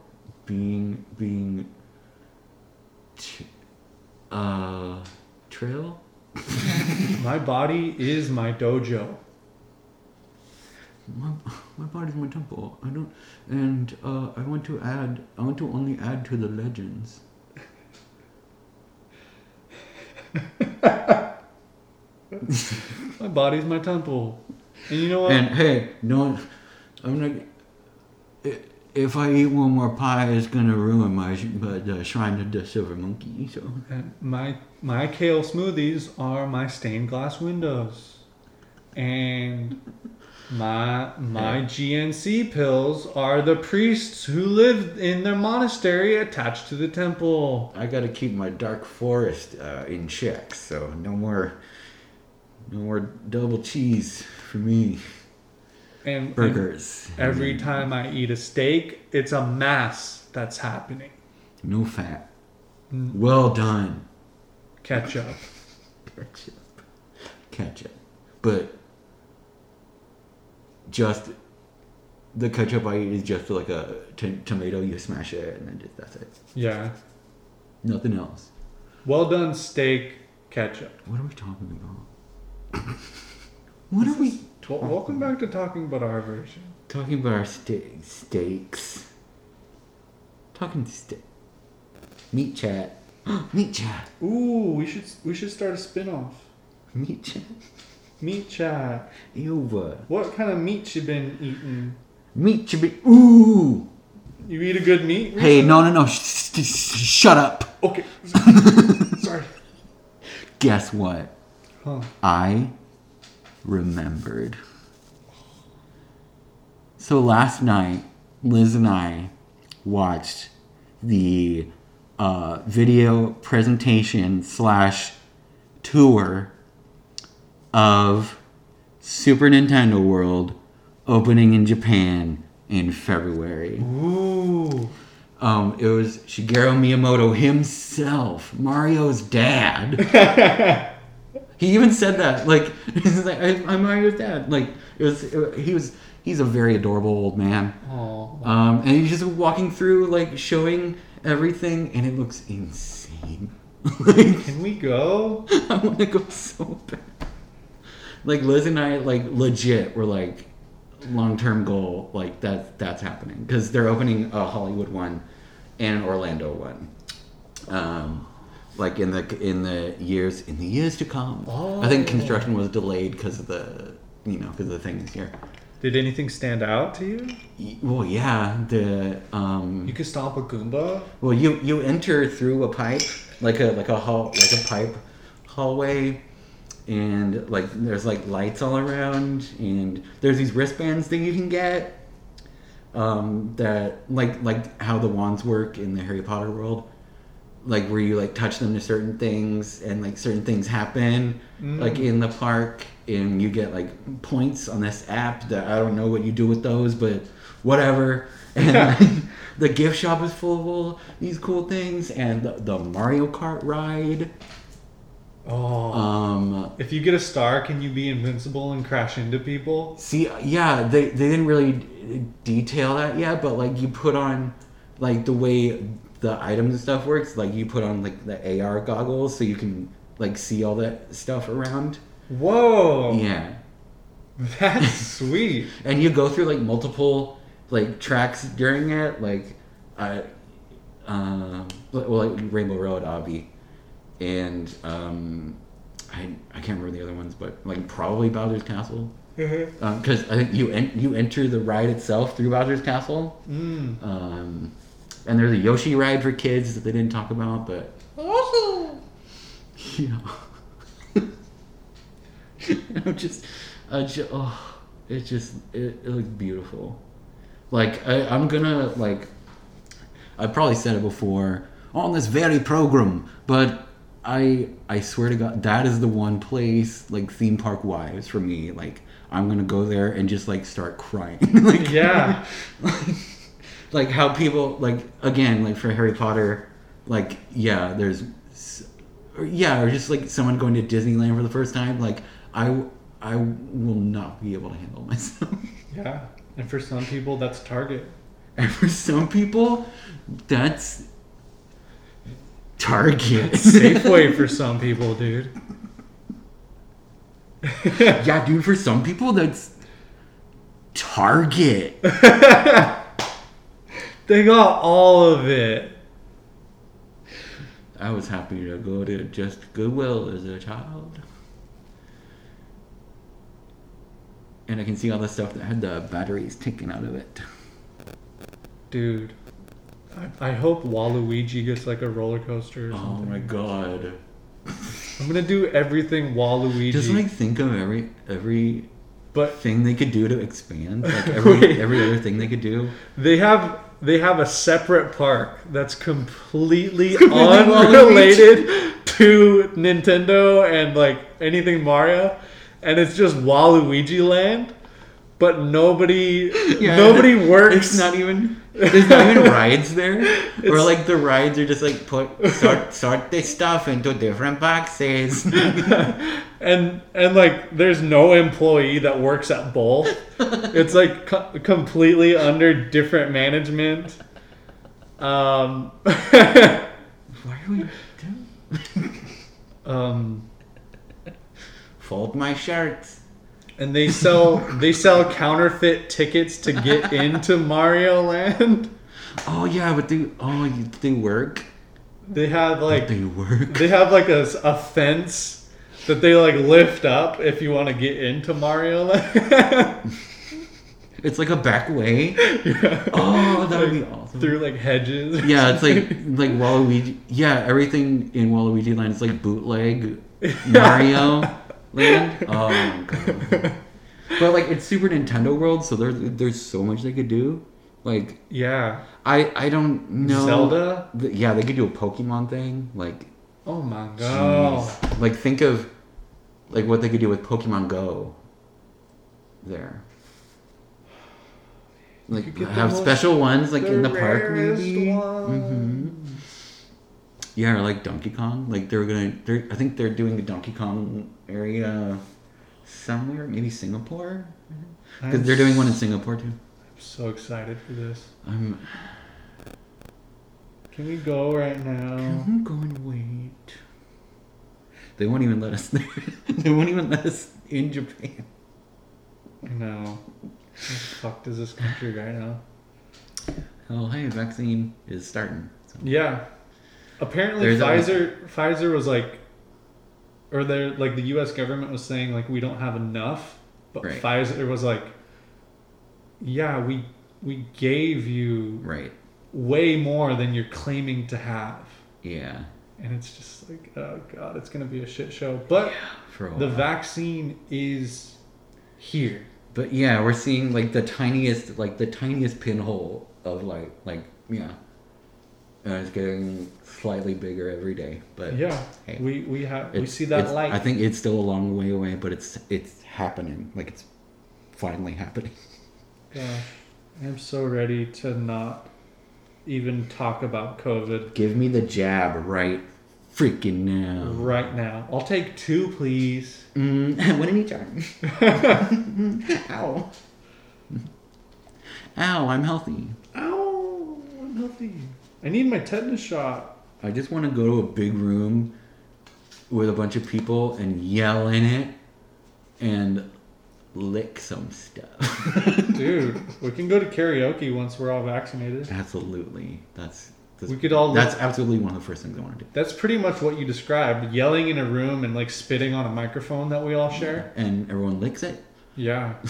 [SPEAKER 1] being being. T- uh, trail.
[SPEAKER 2] My body is my dojo.
[SPEAKER 1] My my body's my temple. I don't, and uh, I want to add. I want to only add to the legends.
[SPEAKER 2] My body's my temple. And you know what?
[SPEAKER 1] And hey, don't. I'm not. i- If I eat one more pie, it's gonna ruin my sh- but the shrine of the silver monkey. So.
[SPEAKER 2] And my my kale smoothies are my stained glass windows, and my my GNC pills are the priests who live in their monastery attached to the temple.
[SPEAKER 1] I gotta keep my dark forest uh, in check, so no more, no more double cheese for me.
[SPEAKER 2] and and
[SPEAKER 1] burgers.
[SPEAKER 2] every time I eat a steak, it's a mass that's happening.
[SPEAKER 1] No fat. Well done.
[SPEAKER 2] Ketchup.
[SPEAKER 1] Ketchup. Ketchup. But just the ketchup I eat is just like a t- tomato. You smash it and then just that's it.
[SPEAKER 2] Yeah.
[SPEAKER 1] Nothing else.
[SPEAKER 2] Well done steak ketchup.
[SPEAKER 1] What are we talking about? what are we
[SPEAKER 2] Well, welcome back to talking about our version.
[SPEAKER 1] talking about? Our ste- steaks. Talking steak. Meat chat. Meat chat.
[SPEAKER 2] Ooh, we should we should start a spin-off.
[SPEAKER 1] Meat chat.
[SPEAKER 2] Meat chat.
[SPEAKER 1] Ew.
[SPEAKER 2] What kind of meat you been eating?
[SPEAKER 1] Meat should be. Ooh.
[SPEAKER 2] You eat a good meat?
[SPEAKER 1] Hey, no, no, no. Sh- sh- sh- shut up.
[SPEAKER 2] Okay. Sorry.
[SPEAKER 1] Guess what?
[SPEAKER 2] Huh.
[SPEAKER 1] I remembered. So last night, Liz and I watched the uh, video presentation slash tour of Super Nintendo World opening in Japan in February.
[SPEAKER 2] Ooh.
[SPEAKER 1] Um, it was Shigeru Miyamoto himself, Mario's dad. he even said that, like, he's like I, I'm Mario's dad. Like, it was, it- he was, he's a very adorable old man.
[SPEAKER 2] Oh.
[SPEAKER 1] Um, and he's just walking through, like, showing everything, and it looks insane. like,
[SPEAKER 2] Can we go?
[SPEAKER 1] I want to go so bad. Like Liz and I, like legit, were like long-term goal. Like that, that's happening because they're opening a Hollywood one and an Orlando one. Um, like in the in the years in the years to come. I think construction was delayed because of the you know because of the thing this year.
[SPEAKER 2] Did anything stand out to you?
[SPEAKER 1] Y- Well, yeah, the um,
[SPEAKER 2] You could stomp a Goomba.
[SPEAKER 1] Well, you you enter through a pipe, like a like a hall like a pipe hallway, and like there's like lights all around, and there's these wristbands that you can get, um, that like like how the wands work in the Harry Potter world, like where you like touch them to certain things, and like certain things happen, like in the park, and you get like points on this app that I don't know what you do with those, but whatever. And the gift shop is full of all these cool things, and the, the Mario Kart ride.
[SPEAKER 2] Oh.
[SPEAKER 1] Um,
[SPEAKER 2] if you get a star, can you be invincible and crash into people?
[SPEAKER 1] see, yeah, they, they didn't really d- detail that yet, but like you put on like the way the items and stuff works, like you put on like the AR goggles so you can like see all that stuff around.
[SPEAKER 2] Whoa.
[SPEAKER 1] Yeah.
[SPEAKER 2] That's sweet.
[SPEAKER 1] and you go through like multiple like tracks during it like uh, uh well like rainbow road obby and um i i can't remember the other ones but like probably bowser's castle because Um, i think you en- you enter the ride itself through bowser's castle
[SPEAKER 2] Mm.
[SPEAKER 1] um and there's a yoshi ride for kids that they didn't talk about but yeah. I'm just, I just, oh, it just, it, it looks beautiful. Like, I, I'm gonna, like, I probably said it before on this very program, but I, I swear to God, that is the one place, like, theme park wise for me. Like, I'm gonna go there and just, like, start crying. like,
[SPEAKER 2] Yeah.
[SPEAKER 1] like how people like again like for Harry Potter, like yeah, there's s- or, yeah, or just like someone going to Disneyland for the first time, like I I will not be able to handle myself.
[SPEAKER 2] Yeah. And for some people, that's Target.
[SPEAKER 1] and for some people, that's Target.
[SPEAKER 2] Safeway for some people, dude.
[SPEAKER 1] yeah, dude, for some people that's Target.
[SPEAKER 2] They got all of it.
[SPEAKER 1] I was happy to go to just Goodwill as a child. And I can see all the stuff that had the batteries taken out of it.
[SPEAKER 2] Dude. I, I hope Waluigi gets like a roller coaster or
[SPEAKER 1] Oh
[SPEAKER 2] something.
[SPEAKER 1] my god.
[SPEAKER 2] I'm gonna do everything Waluigi.
[SPEAKER 1] Just like think of every every
[SPEAKER 2] but
[SPEAKER 1] thing they could do to expand. Like every
[SPEAKER 2] Wait.
[SPEAKER 1] every other thing they could do.
[SPEAKER 2] they have they have a separate park that's completely
[SPEAKER 1] Waluigi.
[SPEAKER 2] unrelated to Nintendo and like anything Mario, and it's just Waluigi Land. but nobody
[SPEAKER 1] Yeah.
[SPEAKER 2] nobody works.
[SPEAKER 1] It's not even. There's not even rides there, or like the rides are just like put sort sort this stuff into different boxes.
[SPEAKER 2] and and like there's no employee that works at both. it's like co- completely under different management. Um,
[SPEAKER 1] Why are we doing?
[SPEAKER 2] um,
[SPEAKER 1] Fold my shirts.
[SPEAKER 2] and they sell they sell counterfeit tickets to get into Mario Land.
[SPEAKER 1] Oh yeah, but they oh you- they work.
[SPEAKER 2] They have like
[SPEAKER 1] They work.
[SPEAKER 2] they have like a, s- a fence that they like lift up if you want to get into Mario Land.
[SPEAKER 1] It's like a back way.
[SPEAKER 2] Yeah.
[SPEAKER 1] Oh, that would be
[SPEAKER 2] Like,
[SPEAKER 1] awesome.
[SPEAKER 2] Through like hedges. or
[SPEAKER 1] Yeah, it's like
[SPEAKER 2] something.
[SPEAKER 1] like Waluigi. Yeah, everything in Waluigi Land is like bootleg Mario Land. Oh my god! But like it's Super Nintendo World, so there there's so much they could do. Like
[SPEAKER 2] yeah.
[SPEAKER 1] I I don't know
[SPEAKER 2] Zelda?
[SPEAKER 1] Th- Yeah, they could do a Pokemon thing. Like
[SPEAKER 2] Oh my god.
[SPEAKER 1] like think of like what they could do with Pokemon Go. There. Like
[SPEAKER 2] get the
[SPEAKER 1] have
[SPEAKER 2] most-
[SPEAKER 1] special ones like in the park
[SPEAKER 2] rarest
[SPEAKER 1] maybe. Mm-hmm.
[SPEAKER 2] one.
[SPEAKER 1] Yeah, or like Donkey Kong. Like they're gonna. They're, I think they're doing the Donkey Kong area somewhere, maybe Singapore, because
[SPEAKER 2] I'm
[SPEAKER 1] they're doing one in Singapore too.
[SPEAKER 2] So excited for this.
[SPEAKER 1] I'm.
[SPEAKER 2] Can we go right now?
[SPEAKER 1] I'm going to wait. They won't even let us. they won't even let us in Japan.
[SPEAKER 2] no. Where the fuck does this country right now?
[SPEAKER 1] Oh, hey, vaccine is starting. So.
[SPEAKER 2] Yeah. Apparently
[SPEAKER 1] There's a-
[SPEAKER 2] Pfizer Pfizer was like or they like the US government was saying like we don't have enough, but
[SPEAKER 1] Right.
[SPEAKER 2] Pfizer was like yeah, we we gave you
[SPEAKER 1] Right.
[SPEAKER 2] way more than you're claiming to have.
[SPEAKER 1] Yeah.
[SPEAKER 2] And it's just like oh god, it's going to be a shit show. But
[SPEAKER 1] For a
[SPEAKER 2] the
[SPEAKER 1] while.
[SPEAKER 2] vaccine is here.
[SPEAKER 1] But yeah, we're seeing like the tiniest, like the tiniest pinhole of like, like yeah, and it's getting slightly bigger every day. But
[SPEAKER 2] Yeah,
[SPEAKER 1] hey,
[SPEAKER 2] we we have we
[SPEAKER 1] it's-
[SPEAKER 2] see that
[SPEAKER 1] it's-
[SPEAKER 2] light.
[SPEAKER 1] I think it's still a long way away, but it's it's happening. Like it's finally happening.
[SPEAKER 2] Gosh, I'm so ready to not even talk about COVID
[SPEAKER 1] Give me the jab right freaking now.
[SPEAKER 2] right now. I'll take two, please.
[SPEAKER 1] Mm, one in each arm. Ow. Ow! I'm healthy.
[SPEAKER 2] Ow, I'm healthy. I need my tetanus shot.
[SPEAKER 1] I just want to go to a big room with a bunch of people and yell in it and lick some stuff.
[SPEAKER 2] Dude, we can go to karaoke once we're all vaccinated.
[SPEAKER 1] absolutely. That's, that's
[SPEAKER 2] We could all lick-
[SPEAKER 1] That's absolutely one of the first things I want to do.
[SPEAKER 2] That's pretty much what you described. Yelling in a room and like spitting on a microphone that we all share.
[SPEAKER 1] And everyone licks it.
[SPEAKER 2] Yeah.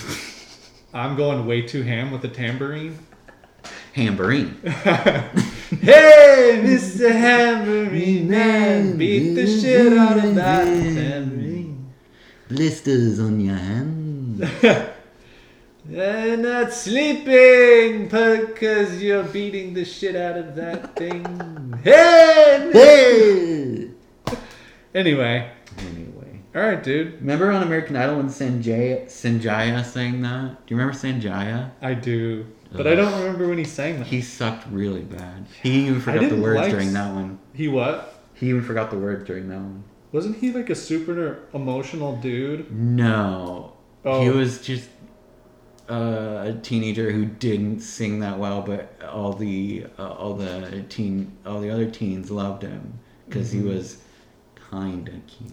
[SPEAKER 2] I'm going way too ham with the tambourine.
[SPEAKER 1] Hamburine.
[SPEAKER 2] Hey, Mr. Tambourine Man, beat the shit out of that tambourine.
[SPEAKER 1] Blisters on your hands.
[SPEAKER 2] You're not sleeping because you're beating the shit out of that thing. Hey!
[SPEAKER 1] Hey!
[SPEAKER 2] Anyway,
[SPEAKER 1] Anyway.
[SPEAKER 2] all right, dude.
[SPEAKER 1] Remember on American Idol when Sanjay, Sanjaya sang that? Do you remember Sanjaya?
[SPEAKER 2] I do, but I don't remember when he sang that.
[SPEAKER 1] He sucked really bad. He even forgot the
[SPEAKER 2] didn't
[SPEAKER 1] words
[SPEAKER 2] like
[SPEAKER 1] during
[SPEAKER 2] s-
[SPEAKER 1] that one.
[SPEAKER 2] He what?
[SPEAKER 1] He even forgot the words during that one.
[SPEAKER 2] Wasn't he like a super emotional dude?
[SPEAKER 1] No. He
[SPEAKER 2] Oh.
[SPEAKER 1] was just uh, a teenager who didn't sing that well, but all the uh, all the teen all the other teens loved him because he was kind of cute.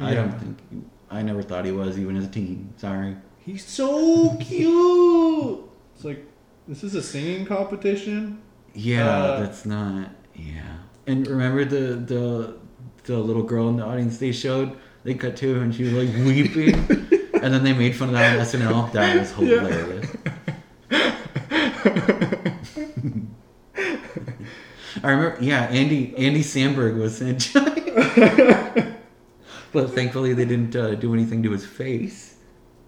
[SPEAKER 1] I don't
[SPEAKER 2] Mm-hmm. Yeah.
[SPEAKER 1] think I never thought he was even as a teen. Sorry.
[SPEAKER 2] He's so cute. It's like this is a singing competition.
[SPEAKER 1] Yeah,
[SPEAKER 2] Uh,
[SPEAKER 1] that's not. Yeah. And remember the the the little girl in the audience they showed. They cut to her and she was like weeping, and then they made fun of that on SNL. That was hilarious. I remember. Yeah, Andy Andy Sandberg was in but thankfully they didn't uh, do anything to his face.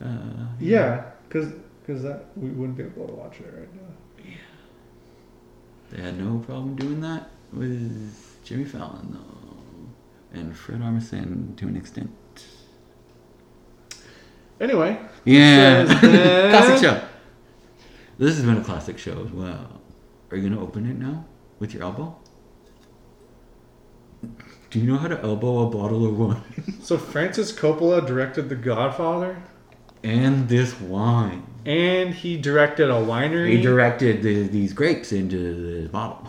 [SPEAKER 1] Uh,
[SPEAKER 2] Yeah, cause cause that we wouldn't be able to watch it right now.
[SPEAKER 1] They had no problem doing that with Jimmy Fallon, though, and Fred Armisen to an extent.
[SPEAKER 2] Anyway,
[SPEAKER 1] Yeah.
[SPEAKER 2] Says that-
[SPEAKER 1] classic show. This has been a classic show as well. Are you going to open it now with your elbow? Do you know how to elbow a bottle of wine?
[SPEAKER 2] so Francis Coppola directed The Godfather,
[SPEAKER 1] and this wine.
[SPEAKER 2] and he directed a winery.
[SPEAKER 1] He directed the, these grapes into the bottle.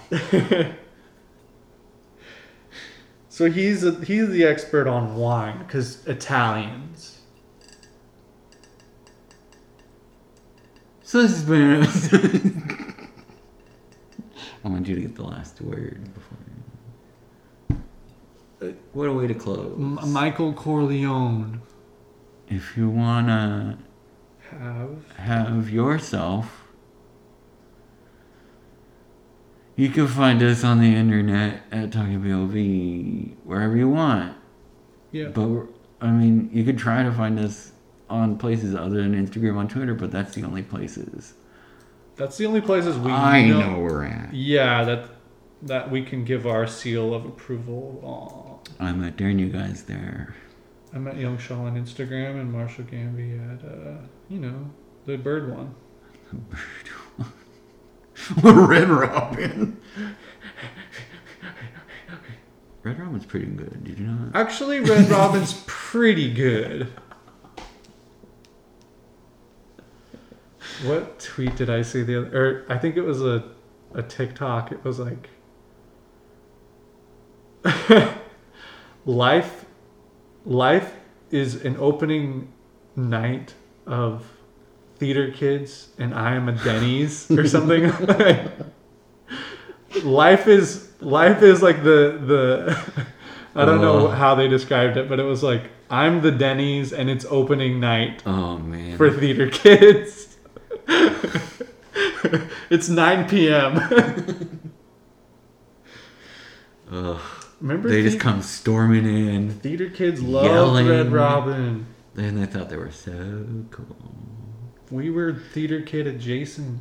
[SPEAKER 2] so he's a, he's the expert on wine because Italians.
[SPEAKER 1] So this has been. I want you to get the last word before. What a way to close.
[SPEAKER 2] M- Michael Corleone.
[SPEAKER 1] If you wanna
[SPEAKER 2] Have
[SPEAKER 1] have yourself. You can find us on the internet at Talking BLV, wherever you want.
[SPEAKER 2] yeah.
[SPEAKER 1] But, we're- I mean, you could try to find us on places other than Instagram on Twitter, but that's the only places.
[SPEAKER 2] That's the only places we
[SPEAKER 1] I know where we're at.
[SPEAKER 2] Yeah, that that we can give our seal of approval. on.
[SPEAKER 1] I'm at daring you guys there.
[SPEAKER 2] I'm at Young Shaw on Instagram and Marshall Gamby at uh, you know the bird one.
[SPEAKER 1] Red Robin. Red Robin's pretty good, did you know that?
[SPEAKER 2] Actually, Red Robin's pretty good. What tweet did I see the other? Or I think it was a a TikTok. It was like life life is an opening night of theater kids and I am a Denny's or something. life is life is like the the I don't
[SPEAKER 1] Oh.
[SPEAKER 2] know how they described it, but it was like I'm the Denny's and it's opening night
[SPEAKER 1] Oh, man.
[SPEAKER 2] for theater kids. it's 9 p.m.
[SPEAKER 1] Ugh.
[SPEAKER 2] Remember
[SPEAKER 1] They just
[SPEAKER 2] the-
[SPEAKER 1] come storming in.
[SPEAKER 2] theater kids love
[SPEAKER 1] yelling.
[SPEAKER 2] Red Robin.
[SPEAKER 1] Then they thought they were so cool.
[SPEAKER 2] We were theater kid adjacent.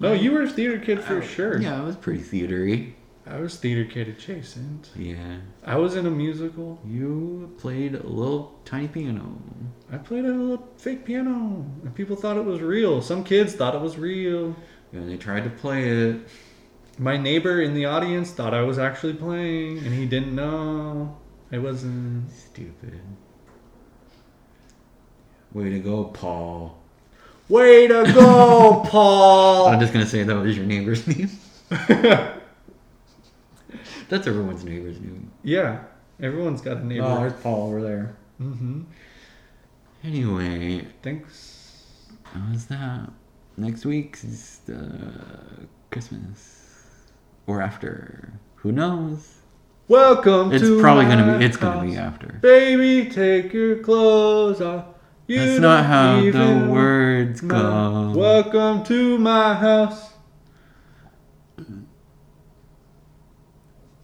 [SPEAKER 2] No, you were theater kid for sure.
[SPEAKER 1] Oh, Yeah, it was pretty theatery.
[SPEAKER 2] I was theater kid adjacent.
[SPEAKER 1] Yeah,
[SPEAKER 2] I was in a musical.
[SPEAKER 1] you played a little tiny piano.
[SPEAKER 2] I played a little fake piano, and people thought it was real. Some kids thought it was real.
[SPEAKER 1] And they tried to play it.
[SPEAKER 2] My neighbor in the audience thought I was actually playing, and he didn't know. I wasn't.
[SPEAKER 1] Stupid. Way to go, Paul.
[SPEAKER 2] Way to go, Paul!
[SPEAKER 1] I'm just gonna say that was your neighbor's name. That's everyone's neighbor's name.
[SPEAKER 2] yeah, everyone's got a neighbor.
[SPEAKER 1] Oh, Paul over there.
[SPEAKER 2] mm-hmm.
[SPEAKER 1] Anyway,
[SPEAKER 2] Thanks.
[SPEAKER 1] how's that? Next week is uh, Christmas. Or after. Who knows?
[SPEAKER 2] Welcome
[SPEAKER 1] It's
[SPEAKER 2] to
[SPEAKER 1] probably
[SPEAKER 2] my
[SPEAKER 1] gonna be. It's gonna be uh,
[SPEAKER 2] house.
[SPEAKER 1] after.
[SPEAKER 2] Baby, take your clothes off. You
[SPEAKER 1] That's not
[SPEAKER 2] don't
[SPEAKER 1] how the
[SPEAKER 2] even
[SPEAKER 1] words
[SPEAKER 2] know.
[SPEAKER 1] go.
[SPEAKER 2] Welcome to my house.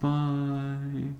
[SPEAKER 1] Bye.